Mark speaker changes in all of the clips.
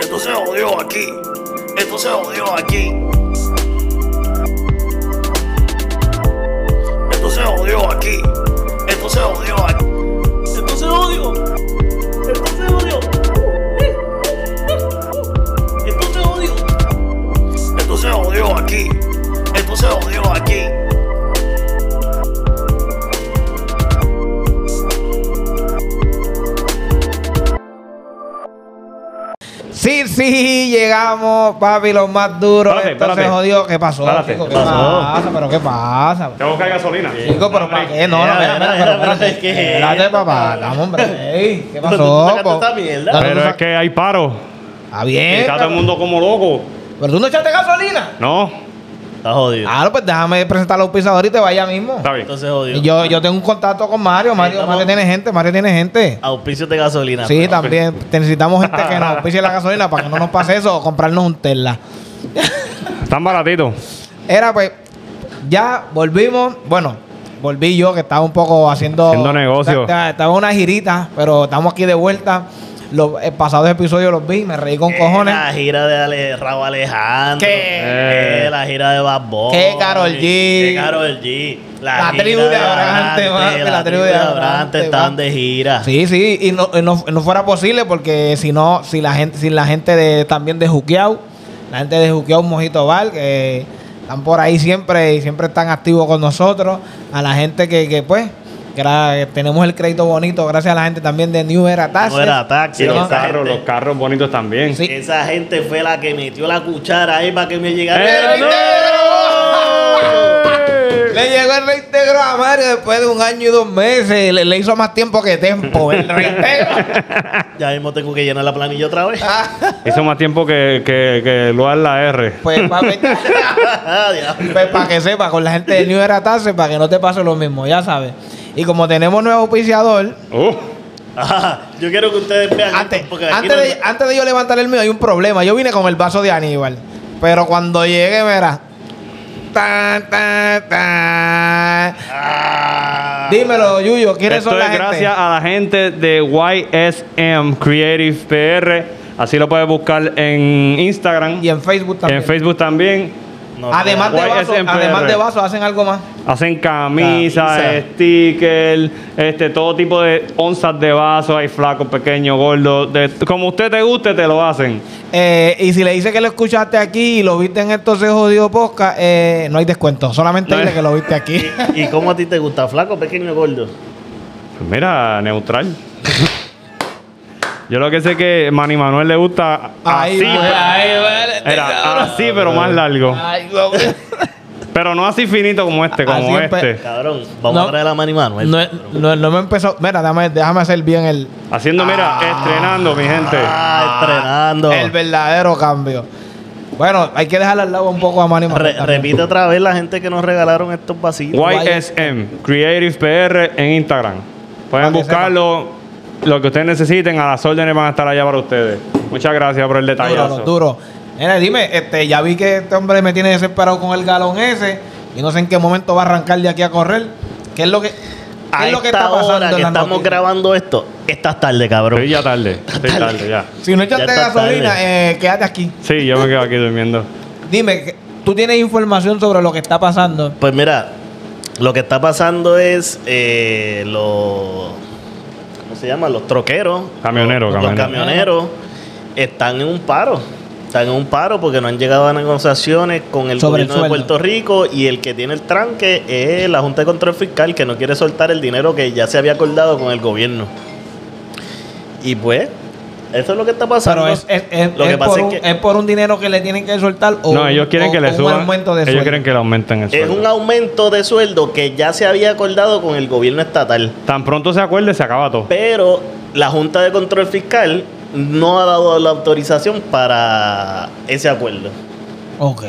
Speaker 1: Esto se jodió aquí. Esto se jodió aquí. Esto se jodió aquí. Esto se jodió aquí. Esto se jodió. Esto se jodió. Esto se jodió. Esto se jodió aquí. Esto se jodió aquí.
Speaker 2: Sí, sí, llegamos, papi, los más duros.
Speaker 3: Espérate,
Speaker 2: Esto se
Speaker 3: espérate.
Speaker 2: jodió. ¿Qué pasó,
Speaker 3: Espérate,
Speaker 2: chico? ¿Qué
Speaker 3: ¿qué pasó?
Speaker 2: pasa? ¿Pero qué pasa?
Speaker 3: Tengo que buscar gasolina.
Speaker 2: Chico, pero ¿para qué? No, no,
Speaker 4: Espera,
Speaker 2: espera, espera,
Speaker 4: espera,
Speaker 2: espera,
Speaker 4: espérate,
Speaker 2: espérate.
Speaker 4: ¿qué?
Speaker 2: Espérate, papá. Dame, hombre. Ey, ¿Qué
Speaker 4: Pero tú
Speaker 2: pasó?
Speaker 4: sacaste
Speaker 2: po?
Speaker 4: esta mierda.
Speaker 2: Dale, tú
Speaker 3: Pero es
Speaker 2: sac-
Speaker 3: que hay paro.
Speaker 2: Está
Speaker 3: Y
Speaker 2: Ah, bien.
Speaker 3: está todo el mundo como loco.
Speaker 2: Pero tú no echaste gasolina.
Speaker 3: No,
Speaker 4: Está jodido.
Speaker 2: Ah, no, pues déjame presentar a los pisadores y te vaya mismo.
Speaker 3: está bien.
Speaker 4: Entonces jodido.
Speaker 2: Y yo, yo tengo un contacto con Mario. Mario,
Speaker 4: Estamos-
Speaker 2: Mario tiene gente, Mario tiene gente.
Speaker 4: Auspicios de
Speaker 1: Ah,
Speaker 4: gasolina.
Speaker 2: Sí, también. Te Necesitamos gente que nos pise la gasolina para que no nos pase eso o comprarnos un Tesla.
Speaker 3: Están baratitos.
Speaker 2: Era pues, ya volvimos, bueno, volví yo que estaba un poco haciendo...
Speaker 3: Haciendo negocio.
Speaker 2: Esta- Estaba en una girita, pero estamos aquí de vuelta. Los eh, pasados episodios los vi, me reí con cojones.
Speaker 4: Eh, La gira de Ale, Raúl Alejandro.
Speaker 3: ¿Qué?
Speaker 4: Eh, La gira de Bad Bunny.
Speaker 2: ¿Qué Karol G?
Speaker 4: ¿Qué Karol G?
Speaker 2: La
Speaker 4: gira
Speaker 2: tribu de Abrante, papi,
Speaker 4: La, tribu de Abrante
Speaker 2: papi.
Speaker 4: están de gira.
Speaker 2: Sí, sí, y no, y no- no fuera posible porque si no, si la gente, si la gente de, también de Juqueau, la gente de Juqueau Mojito Bar, que están por ahí siempre y siempre están activos con nosotros, a la gente que, que pues, que era- que tenemos el crédito bonito, gracias a la gente también de New Era Taxi.
Speaker 4: No era taxi.
Speaker 3: Y los
Speaker 4: esa
Speaker 3: carros,
Speaker 4: gente-
Speaker 3: los carros bonitos también.
Speaker 2: Sí.
Speaker 4: Esa gente fue la que metió la cuchara ahí para que me llegara.
Speaker 3: ¡Eh, no!
Speaker 2: Le llegó el reintegro a Mario después de un año y dos meses. Le, le hizo más tiempo que tiempo el reintegro.
Speaker 4: Ya mismo tengo que llenar la planilla otra vez.
Speaker 3: Hizo más tiempo que, que, que Luar la R.
Speaker 2: Ah, pues, papi.
Speaker 4: Diablo.
Speaker 2: Pues para que sepa, con la gente de New Era Taxi, para que no te pase lo mismo, ya sabes. Y como tenemos nuevo auspiciador,
Speaker 3: Uh,
Speaker 4: Ajá, yo quiero que ustedes vean.
Speaker 2: antes,
Speaker 4: esto, porque aquí
Speaker 2: antes,
Speaker 4: no-
Speaker 2: de, antes de yo levantar el mío hay un problema. Yo vine con el vaso de Aníbal, pero cuando llegue, verá. Tan, tan, tan.
Speaker 4: Ah.
Speaker 2: Dímelo, Yuyo, ¿quiénes
Speaker 3: esto
Speaker 2: son la
Speaker 3: es
Speaker 2: gente?
Speaker 3: gracias a la gente de YSM Creative PR. Así lo puedes buscar en Instagram,
Speaker 2: Y en Facebook también.
Speaker 3: en Pues, Facebook también.
Speaker 4: No,
Speaker 2: Además de,
Speaker 3: Guay,
Speaker 2: vaso,
Speaker 3: SMPR.
Speaker 2: además de vaso, hacen algo más.
Speaker 3: Hacen camisas,
Speaker 4: Camisa.
Speaker 3: stickers, este, todo tipo de onzas de vasos. Hay flacos, pequeños, gordos. de- como usted te guste, te lo hacen.
Speaker 2: Eh, y si le dice que lo escuchaste aquí y lo viste en estos jodido podcast, eh, no hay descuento. Solamente
Speaker 3: No.
Speaker 2: dile que lo viste aquí.
Speaker 4: ¿Y cómo a ti te gusta? ¿Flaco, pequeño o gordo?
Speaker 3: Pues mira, neutral. Yo lo que sé que Manny Manuel le gusta
Speaker 2: Ahí,
Speaker 3: así.
Speaker 2: güey,
Speaker 3: pero-
Speaker 2: ahí, güey, este
Speaker 3: Era
Speaker 2: cabrón.
Speaker 3: así, pero más largo.
Speaker 2: Ay, güey.
Speaker 3: Pero no así finito como este, como
Speaker 2: Así empe-
Speaker 3: este.
Speaker 4: Cabrón, vamos
Speaker 2: No.
Speaker 4: a traer a Manny Manuel.
Speaker 2: No, no, no me empezó. Mira, déjame, déjame hacer bien el,
Speaker 3: Haciendo, mira,
Speaker 2: Ah.
Speaker 3: estrenando, mi gente.
Speaker 4: Ah, estrenando.
Speaker 2: el verdadero cambio. Bueno, hay que dejar al lado un poco a Manny Manuel
Speaker 4: Re-
Speaker 2: también.
Speaker 4: repite otra vez la gente que nos regalaron estos vasitos.
Speaker 3: YSM, Creative PR en Instagram. Pueden
Speaker 2: Para que
Speaker 3: buscarlo, lo que ustedes necesiten, a las órdenes van a estar allá para ustedes. Muchas gracias por el
Speaker 2: Duro,
Speaker 3: detallazo.
Speaker 2: duro. Mira, dime, este, ya vi que este hombre me tiene desesperado con el galón ese. Y no sé en qué momento va a arrancar de aquí a correr. ¿Qué es lo que, qué
Speaker 4: A
Speaker 2: es lo que
Speaker 4: esta
Speaker 2: está pasando
Speaker 4: hora que
Speaker 2: en las
Speaker 4: estamos
Speaker 2: noticias?
Speaker 4: grabando esto, estás tarde, cabrón.
Speaker 3: Estoy ya tarde, estoy tarde ya.
Speaker 2: Si no echaste
Speaker 4: Ya está
Speaker 2: gasolina,
Speaker 4: tarde.
Speaker 2: eh, quédate aquí.
Speaker 3: Sí, yo me quedo aquí durmiendo.
Speaker 2: Dime, ¿qué- ¿tú tienes información sobre lo que está pasando?
Speaker 4: Pues mira, lo que está pasando es eh, los. ¿Cómo se llama? Los troqueros.
Speaker 3: Camioneros,
Speaker 4: los,
Speaker 3: camioneros.
Speaker 4: Los camioneros están en un paro. Están en un paro porque no han llegado a negociaciones con el
Speaker 2: Sobre el
Speaker 4: gobierno de
Speaker 2: sueldo.
Speaker 4: Puerto Rico y el que tiene el tranque es la Junta de Control Fiscal que no quiere soltar el dinero que ya se había acordado con el gobierno. Y pues, eso es lo que está pasando.
Speaker 2: Pero es, es- es-
Speaker 4: Lo que
Speaker 2: es
Speaker 4: pasa
Speaker 2: por
Speaker 4: es
Speaker 2: un,
Speaker 4: que-
Speaker 2: es por un dinero que le tienen que soltar o
Speaker 3: no, ellos quieren
Speaker 2: o-
Speaker 3: que
Speaker 2: o
Speaker 3: le
Speaker 2: un
Speaker 3: suban.
Speaker 2: aumento de
Speaker 3: Ellos
Speaker 2: sueldo.
Speaker 3: quieren que le aumenten el
Speaker 4: es
Speaker 3: sueldo.
Speaker 4: un aumento de sueldo que ya se había acordado con el gobierno estatal.
Speaker 3: Tan pronto se acuerde, se acaba todo.
Speaker 4: Pero la Junta de Control Fiscal no ha dado la autorización para ese acuerdo.
Speaker 2: Ok.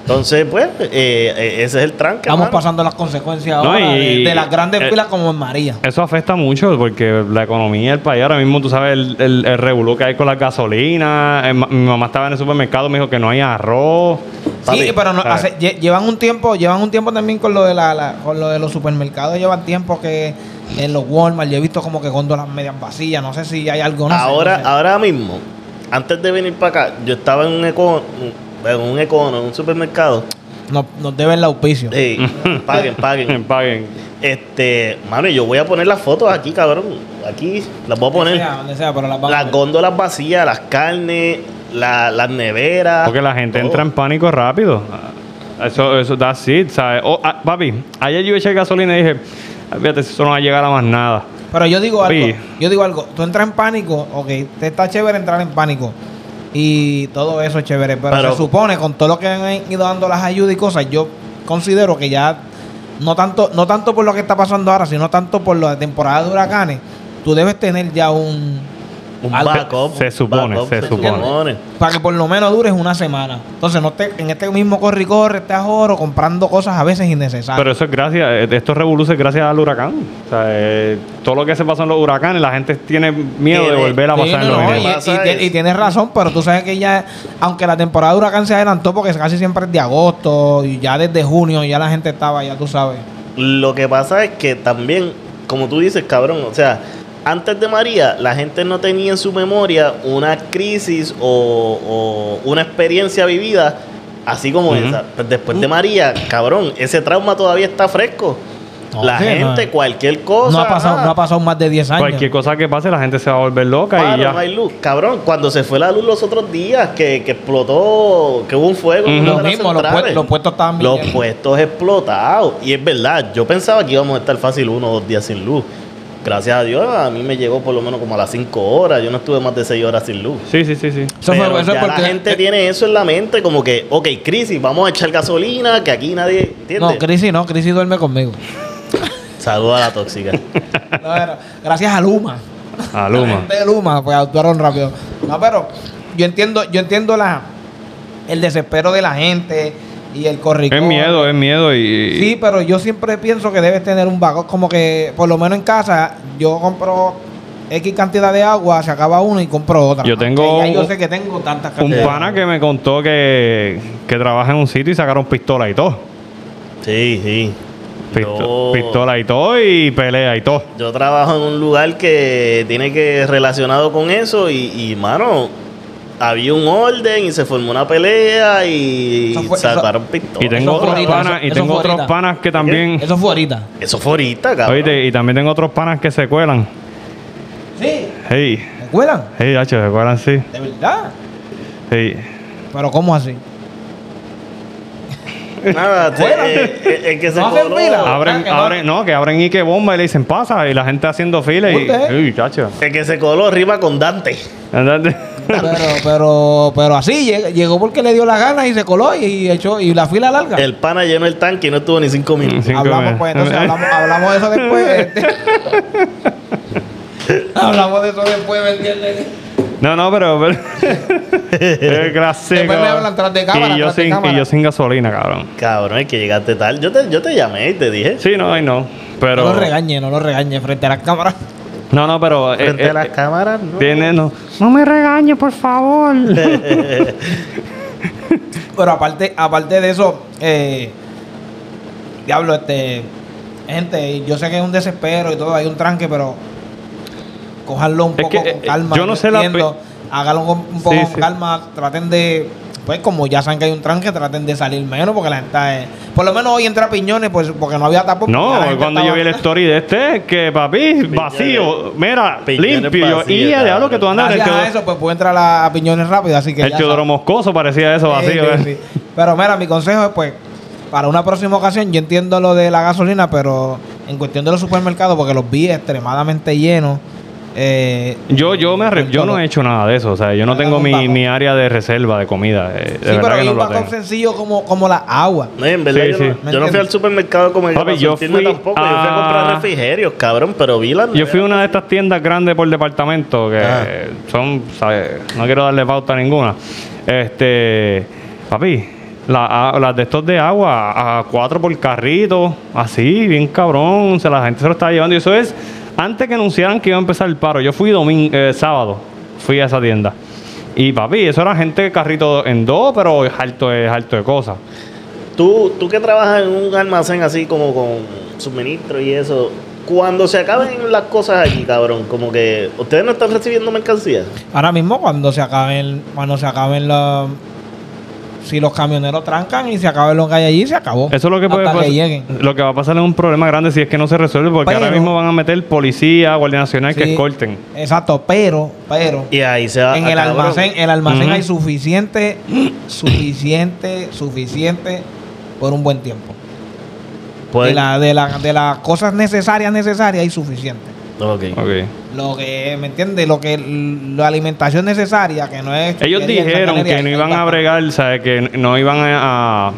Speaker 4: Entonces, pues, eh, eh, ese es el tranque.
Speaker 2: Estamos
Speaker 4: hermano.
Speaker 2: pasando las consecuencias
Speaker 3: No,
Speaker 2: ahora
Speaker 3: y-
Speaker 2: de, de las grandes
Speaker 3: eh,
Speaker 2: filas como en María.
Speaker 3: Eso afecta mucho porque la economía del país ahora mismo, tú sabes, el, el, el revolú que hay con las gasolinas. eh, ma- Mi mamá estaba en el supermercado, me dijo que no hay arroz.
Speaker 2: sí,
Speaker 4: papi,
Speaker 2: pero no,
Speaker 3: ¿sabes?
Speaker 2: hace- lle- llevan un tiempo, llevan un tiempo también con lo de la, la- con lo de los supermercados, llevan tiempo que en los Walmart yo he visto como que góndolas medias vacías, no sé si hay algo no sé,
Speaker 4: ahora, ah,
Speaker 2: no sé.
Speaker 4: ahora mismo, antes de venir para acá, yo estaba en un econo, en un econo, en un supermercado.
Speaker 2: Nos, nos deben el auspicio.
Speaker 4: Ey, paguen, paguen.
Speaker 3: Paguen.
Speaker 4: Este, mano, yo voy a poner las fotos aquí, cabrón. Aquí las voy a
Speaker 2: Donde
Speaker 4: poner.
Speaker 2: sea, donde sea, pero las van a
Speaker 4: Las
Speaker 2: ver.
Speaker 4: góndolas vacías, las carnes, la- las neveras.
Speaker 3: Porque la gente
Speaker 4: todo.
Speaker 3: entra en pánico rápido. Eso, eso, that's it, ¿sabes? Oh, ah, papi, ayer yo eché gasolina y dije, "Ah, fíjate, eso no va a llegar a más nada.
Speaker 2: Pero yo digo
Speaker 3: Oye.
Speaker 2: algo. Yo digo algo. Tú entras en pánico, ok. Te está chévere entrar en pánico. Y todo eso es chévere. Pero,
Speaker 4: Pero-
Speaker 2: se supone, con todo lo que han ido dando las ayudas y cosas, yo considero que ya, no tanto, no tanto por lo que está pasando ahora, sino tanto por la temporada de huracanes, tú debes tener ya un.
Speaker 4: Un
Speaker 2: algo-
Speaker 4: backup.
Speaker 3: Se
Speaker 4: un
Speaker 3: supone,
Speaker 4: backup,
Speaker 3: se supone.
Speaker 2: para que por lo menos dures una semana. Entonces, no te, en este mismo corre y corre, estás oro comprando cosas a veces innecesarias.
Speaker 3: Pero eso es gracias, eh, esto revoluce gracias al huracán. O sea, eh, todo lo que se pasó en los huracanes, la gente tiene miedo de
Speaker 4: Tiene-
Speaker 3: volver a
Speaker 2: Sí,
Speaker 3: pasar
Speaker 2: no,
Speaker 3: en los
Speaker 2: no,
Speaker 4: que
Speaker 2: y,
Speaker 3: mismos.
Speaker 4: pasa
Speaker 2: y tie-
Speaker 4: es-
Speaker 2: y tienes razón, pero tú sabes que ya, aunque la temporada de huracán se adelantó, porque casi siempre es de agosto y ya desde junio ya la gente estaba, ya tú sabes.
Speaker 4: Lo que pasa es que también, como tú dices, cabrón, o sea, antes de María, la gente no tenía en su memoria una crisis o, o una experiencia vivida así como
Speaker 3: Ujú.
Speaker 4: esa. Pues Después
Speaker 2: Uh.
Speaker 4: de María, cabrón, ese trauma todavía está fresco.
Speaker 2: No,
Speaker 4: la
Speaker 2: sí,
Speaker 4: gente,
Speaker 2: no.
Speaker 4: cualquier cosa.
Speaker 2: no ha pasado,
Speaker 4: ah,
Speaker 2: no ha pasado más de 10 años.
Speaker 3: Cualquier cosa que pase, la gente se va a volver loca
Speaker 4: paro,
Speaker 3: y ya.
Speaker 4: no hay luz. Cabrón, cuando se fue la luz los otros días, que, que explotó, que hubo un fuego. en
Speaker 3: Ujú.
Speaker 4: una
Speaker 2: Lo
Speaker 4: de las
Speaker 2: mismo, los,
Speaker 4: centrales.
Speaker 2: pue- los puestos estaban bien.
Speaker 4: Los puestos explotados. Y es verdad, yo pensaba que íbamos a estar fácil uno o dos días sin luz. Gracias a Dios, a mí me llegó por lo menos como a las 5 horas. Yo no estuve más de 6 horas sin luz.
Speaker 3: Sí, sí, sí, sí.
Speaker 2: Eso fue-
Speaker 4: Pero
Speaker 2: eso es
Speaker 4: ya
Speaker 2: porque-
Speaker 4: la gente tiene eso en la mente, como que, ok, crisis, vamos a echar gasolina, que aquí nadie. ¿Entiendes?
Speaker 2: No, Crisi no, Crisi duerme conmigo.
Speaker 4: Saluda a la tóxica.
Speaker 2: No, pero gracias a Luma.
Speaker 3: A
Speaker 2: La
Speaker 3: Luma.
Speaker 2: gente de Luma, pues actuaron rápido. No, pero yo entiendo, yo entiendo la, el desespero de la gente y el corricor.
Speaker 3: Es miedo, es miedo y...
Speaker 2: Sí, pero yo siempre pienso que debes tener un backup. Como que, por lo menos en casa, yo compro X cantidad de agua, se acaba uno y compro otra.
Speaker 3: Yo tengo
Speaker 2: Que ya yo
Speaker 3: un-
Speaker 2: sé que tengo tantas
Speaker 3: Un
Speaker 2: cantidades.
Speaker 3: pana que me contó que, que trabaja en un sitio y sacaron pistola y todo.
Speaker 4: sí, sí.
Speaker 3: Pisto-
Speaker 4: Yo-
Speaker 3: Pistola y todo y pelea y todo.
Speaker 4: Yo trabajo en un lugar que tiene que relacionado con eso y, y, mano, había un orden y se formó una pelea y
Speaker 2: Eso fue-
Speaker 4: sacaron pistolas.
Speaker 3: Y tengo
Speaker 2: fue
Speaker 3: otros
Speaker 2: ahorita,
Speaker 3: panas,
Speaker 2: eso-
Speaker 3: y
Speaker 2: eso
Speaker 3: tengo
Speaker 2: fue
Speaker 3: otros
Speaker 2: ahorita.
Speaker 3: panas que también.
Speaker 2: Eso fue ahorita.
Speaker 4: Eso fue ahorita, cabrón.
Speaker 3: Oíste, y también tengo otros panas que se cuelan.
Speaker 2: Sí.
Speaker 3: Hey,
Speaker 2: ¿Me cuelan?
Speaker 3: hey, hacho, se cuelan, sí.
Speaker 2: De verdad.
Speaker 3: Hey.
Speaker 2: Pero ¿cómo así?
Speaker 4: Nada, te-
Speaker 2: Bueno.
Speaker 4: eh, eh, el que se
Speaker 2: No hacen
Speaker 4: coló-
Speaker 2: fila.
Speaker 3: Abren,
Speaker 2: Ah, que no.
Speaker 3: abren, no, que abren y que bomba y le dicen pasa y la gente haciendo fila y.
Speaker 2: Usted.
Speaker 3: Uy, chacho.
Speaker 4: El que se coló arriba con Dante.
Speaker 3: Andate.
Speaker 2: Pero, pero, pero así lleg- llegó porque le dio las ganas y se coló y echó y la fila larga.
Speaker 4: El pana llenó el tanque y no estuvo ni cinco minutos.
Speaker 3: Sí. Cinco
Speaker 2: hablamos,
Speaker 3: meses.
Speaker 2: pues, entonces hablamos, hablamos de eso después. este. hablamos de eso después, ¿me entiendes?
Speaker 3: No, no, pero. pero es clásico.
Speaker 2: Después me hablan tras de cámara,
Speaker 3: y, yo
Speaker 2: tras de
Speaker 3: sin,
Speaker 2: cámara.
Speaker 3: y yo sin gasolina, cabrón.
Speaker 4: Cabrón, es que llegaste tal. Yo te, yo te llamé y te dije.
Speaker 3: Sí, no, ay, no. Pero.
Speaker 2: No lo regañe, no lo regañe frente a las cámaras.
Speaker 3: No, no, pero. eh,
Speaker 4: Frente
Speaker 3: eh,
Speaker 4: a las cámaras, no.
Speaker 3: Tiene, no. No me regañe, por favor.
Speaker 2: Pero aparte, aparte de eso, eh, diablo, este, gente, yo sé que es un desespero y todo, hay un tranque, pero cojanlo un
Speaker 3: Es
Speaker 2: poco
Speaker 3: que,
Speaker 2: con
Speaker 3: eh,
Speaker 2: calma.
Speaker 3: yo no sé la
Speaker 2: entiendo. Hágalo con- un poco
Speaker 3: Sí,
Speaker 2: con
Speaker 3: sí.
Speaker 2: calma, traten de, pues como ya saben que hay un tranque, traten de salir menos porque la gente, eh, por lo menos hoy entra piñones, pues porque no había tapón.
Speaker 3: No,
Speaker 2: porque la gente
Speaker 3: cuando yo
Speaker 2: estaba-
Speaker 3: vi el story de este, que papi, vacío, mira,
Speaker 4: Piñones
Speaker 3: limpio. yo,
Speaker 4: vacío,
Speaker 3: y ya, diablo
Speaker 4: cabrón.
Speaker 3: que tú andas en el,
Speaker 2: Gracias a
Speaker 3: teodoro,
Speaker 2: eso, pues puede entrar a, a piñones rápido, así que
Speaker 3: el
Speaker 2: ya
Speaker 3: Teodoro
Speaker 2: saben.
Speaker 3: Moscoso, parecía eso,
Speaker 2: Sí,
Speaker 3: vacío.
Speaker 2: sí,
Speaker 3: eh.
Speaker 2: sí. Pero mira, mi consejo es pues, para una próxima ocasión, yo entiendo lo de la gasolina, pero en cuestión de los supermercados, porque los vi extremadamente llenos. eh,
Speaker 3: Yo, yo, me, arre- yo no he hecho nada de eso, o sea, yo no
Speaker 2: Dale
Speaker 3: tengo
Speaker 2: un
Speaker 3: mi,
Speaker 2: backup.
Speaker 3: mi área de reserva de comida.
Speaker 2: Sí,
Speaker 3: eh, de verdad
Speaker 2: pero
Speaker 3: que
Speaker 2: hay
Speaker 3: no
Speaker 2: un
Speaker 3: lo
Speaker 2: backup
Speaker 3: tengo.
Speaker 2: sencillo como, como la agua.
Speaker 4: No, en verdad
Speaker 3: Sí,
Speaker 4: yo,
Speaker 3: sí.
Speaker 4: No, yo no fui al supermercado con el
Speaker 3: Papi,
Speaker 4: para
Speaker 3: yo
Speaker 4: surtirme
Speaker 3: fui
Speaker 4: tampoco. Yo fui a
Speaker 3: a-
Speaker 4: comprar refrigerios, cabrón, pero vi la
Speaker 3: Yo fui a una de estas tiendas grandes por departamento que
Speaker 4: Ah.
Speaker 3: son, ¿sabes? no quiero darle pauta a ninguna. Este, papi, la- a- las de estos de agua a cuatro por carrito, así, bien cabrón, se la gente se lo estaba llevando. Y eso es antes que anunciaran que iba a empezar el paro. Yo fui domingo, sábado, fui a esa tienda. Y papi, eso era gente de carrito en dos, pero es alto, es alto de cosas.
Speaker 4: Tú, tú que trabajas en un almacén así como con suministro y eso, Cuando se acaben las cosas aquí, cabrón, como que ustedes no están recibiendo mercancía.
Speaker 2: Ahora mismo cuando se acaben, cuando se acaben los si los camioneros trancan y se acaben los que hay allí, se acabó.
Speaker 3: Eso es lo que puede
Speaker 2: Hasta
Speaker 3: pasar.
Speaker 2: que lleguen.
Speaker 3: Lo que va a pasar es un problema grande si es que no se resuelve, porque ahora
Speaker 2: Pero-
Speaker 3: mismo van a meter policía, guardia nacional que
Speaker 2: Sí.
Speaker 3: escolten.
Speaker 2: Exacto, pero, pero
Speaker 4: Y ahí se va
Speaker 2: en
Speaker 4: ah,
Speaker 2: el
Speaker 4: cabrón.
Speaker 2: almacén, el almacén
Speaker 3: Ujú.
Speaker 2: hay suficiente, suficiente, suficiente por un buen tiempo.
Speaker 4: Pues-
Speaker 2: De, la, de, la- de las cosas necesarias, necesarias hay suficiente.
Speaker 4: Ok.
Speaker 3: Ok.
Speaker 2: Lo que, ¿me entiendes? Lo que la alimentación necesaria, que no es.
Speaker 3: Ellos
Speaker 2: chuchería,
Speaker 3: dijeron
Speaker 2: sanganería,
Speaker 3: que no
Speaker 2: hay
Speaker 3: iban a
Speaker 2: bastante.
Speaker 3: bregar, o sea, que no iban a, a-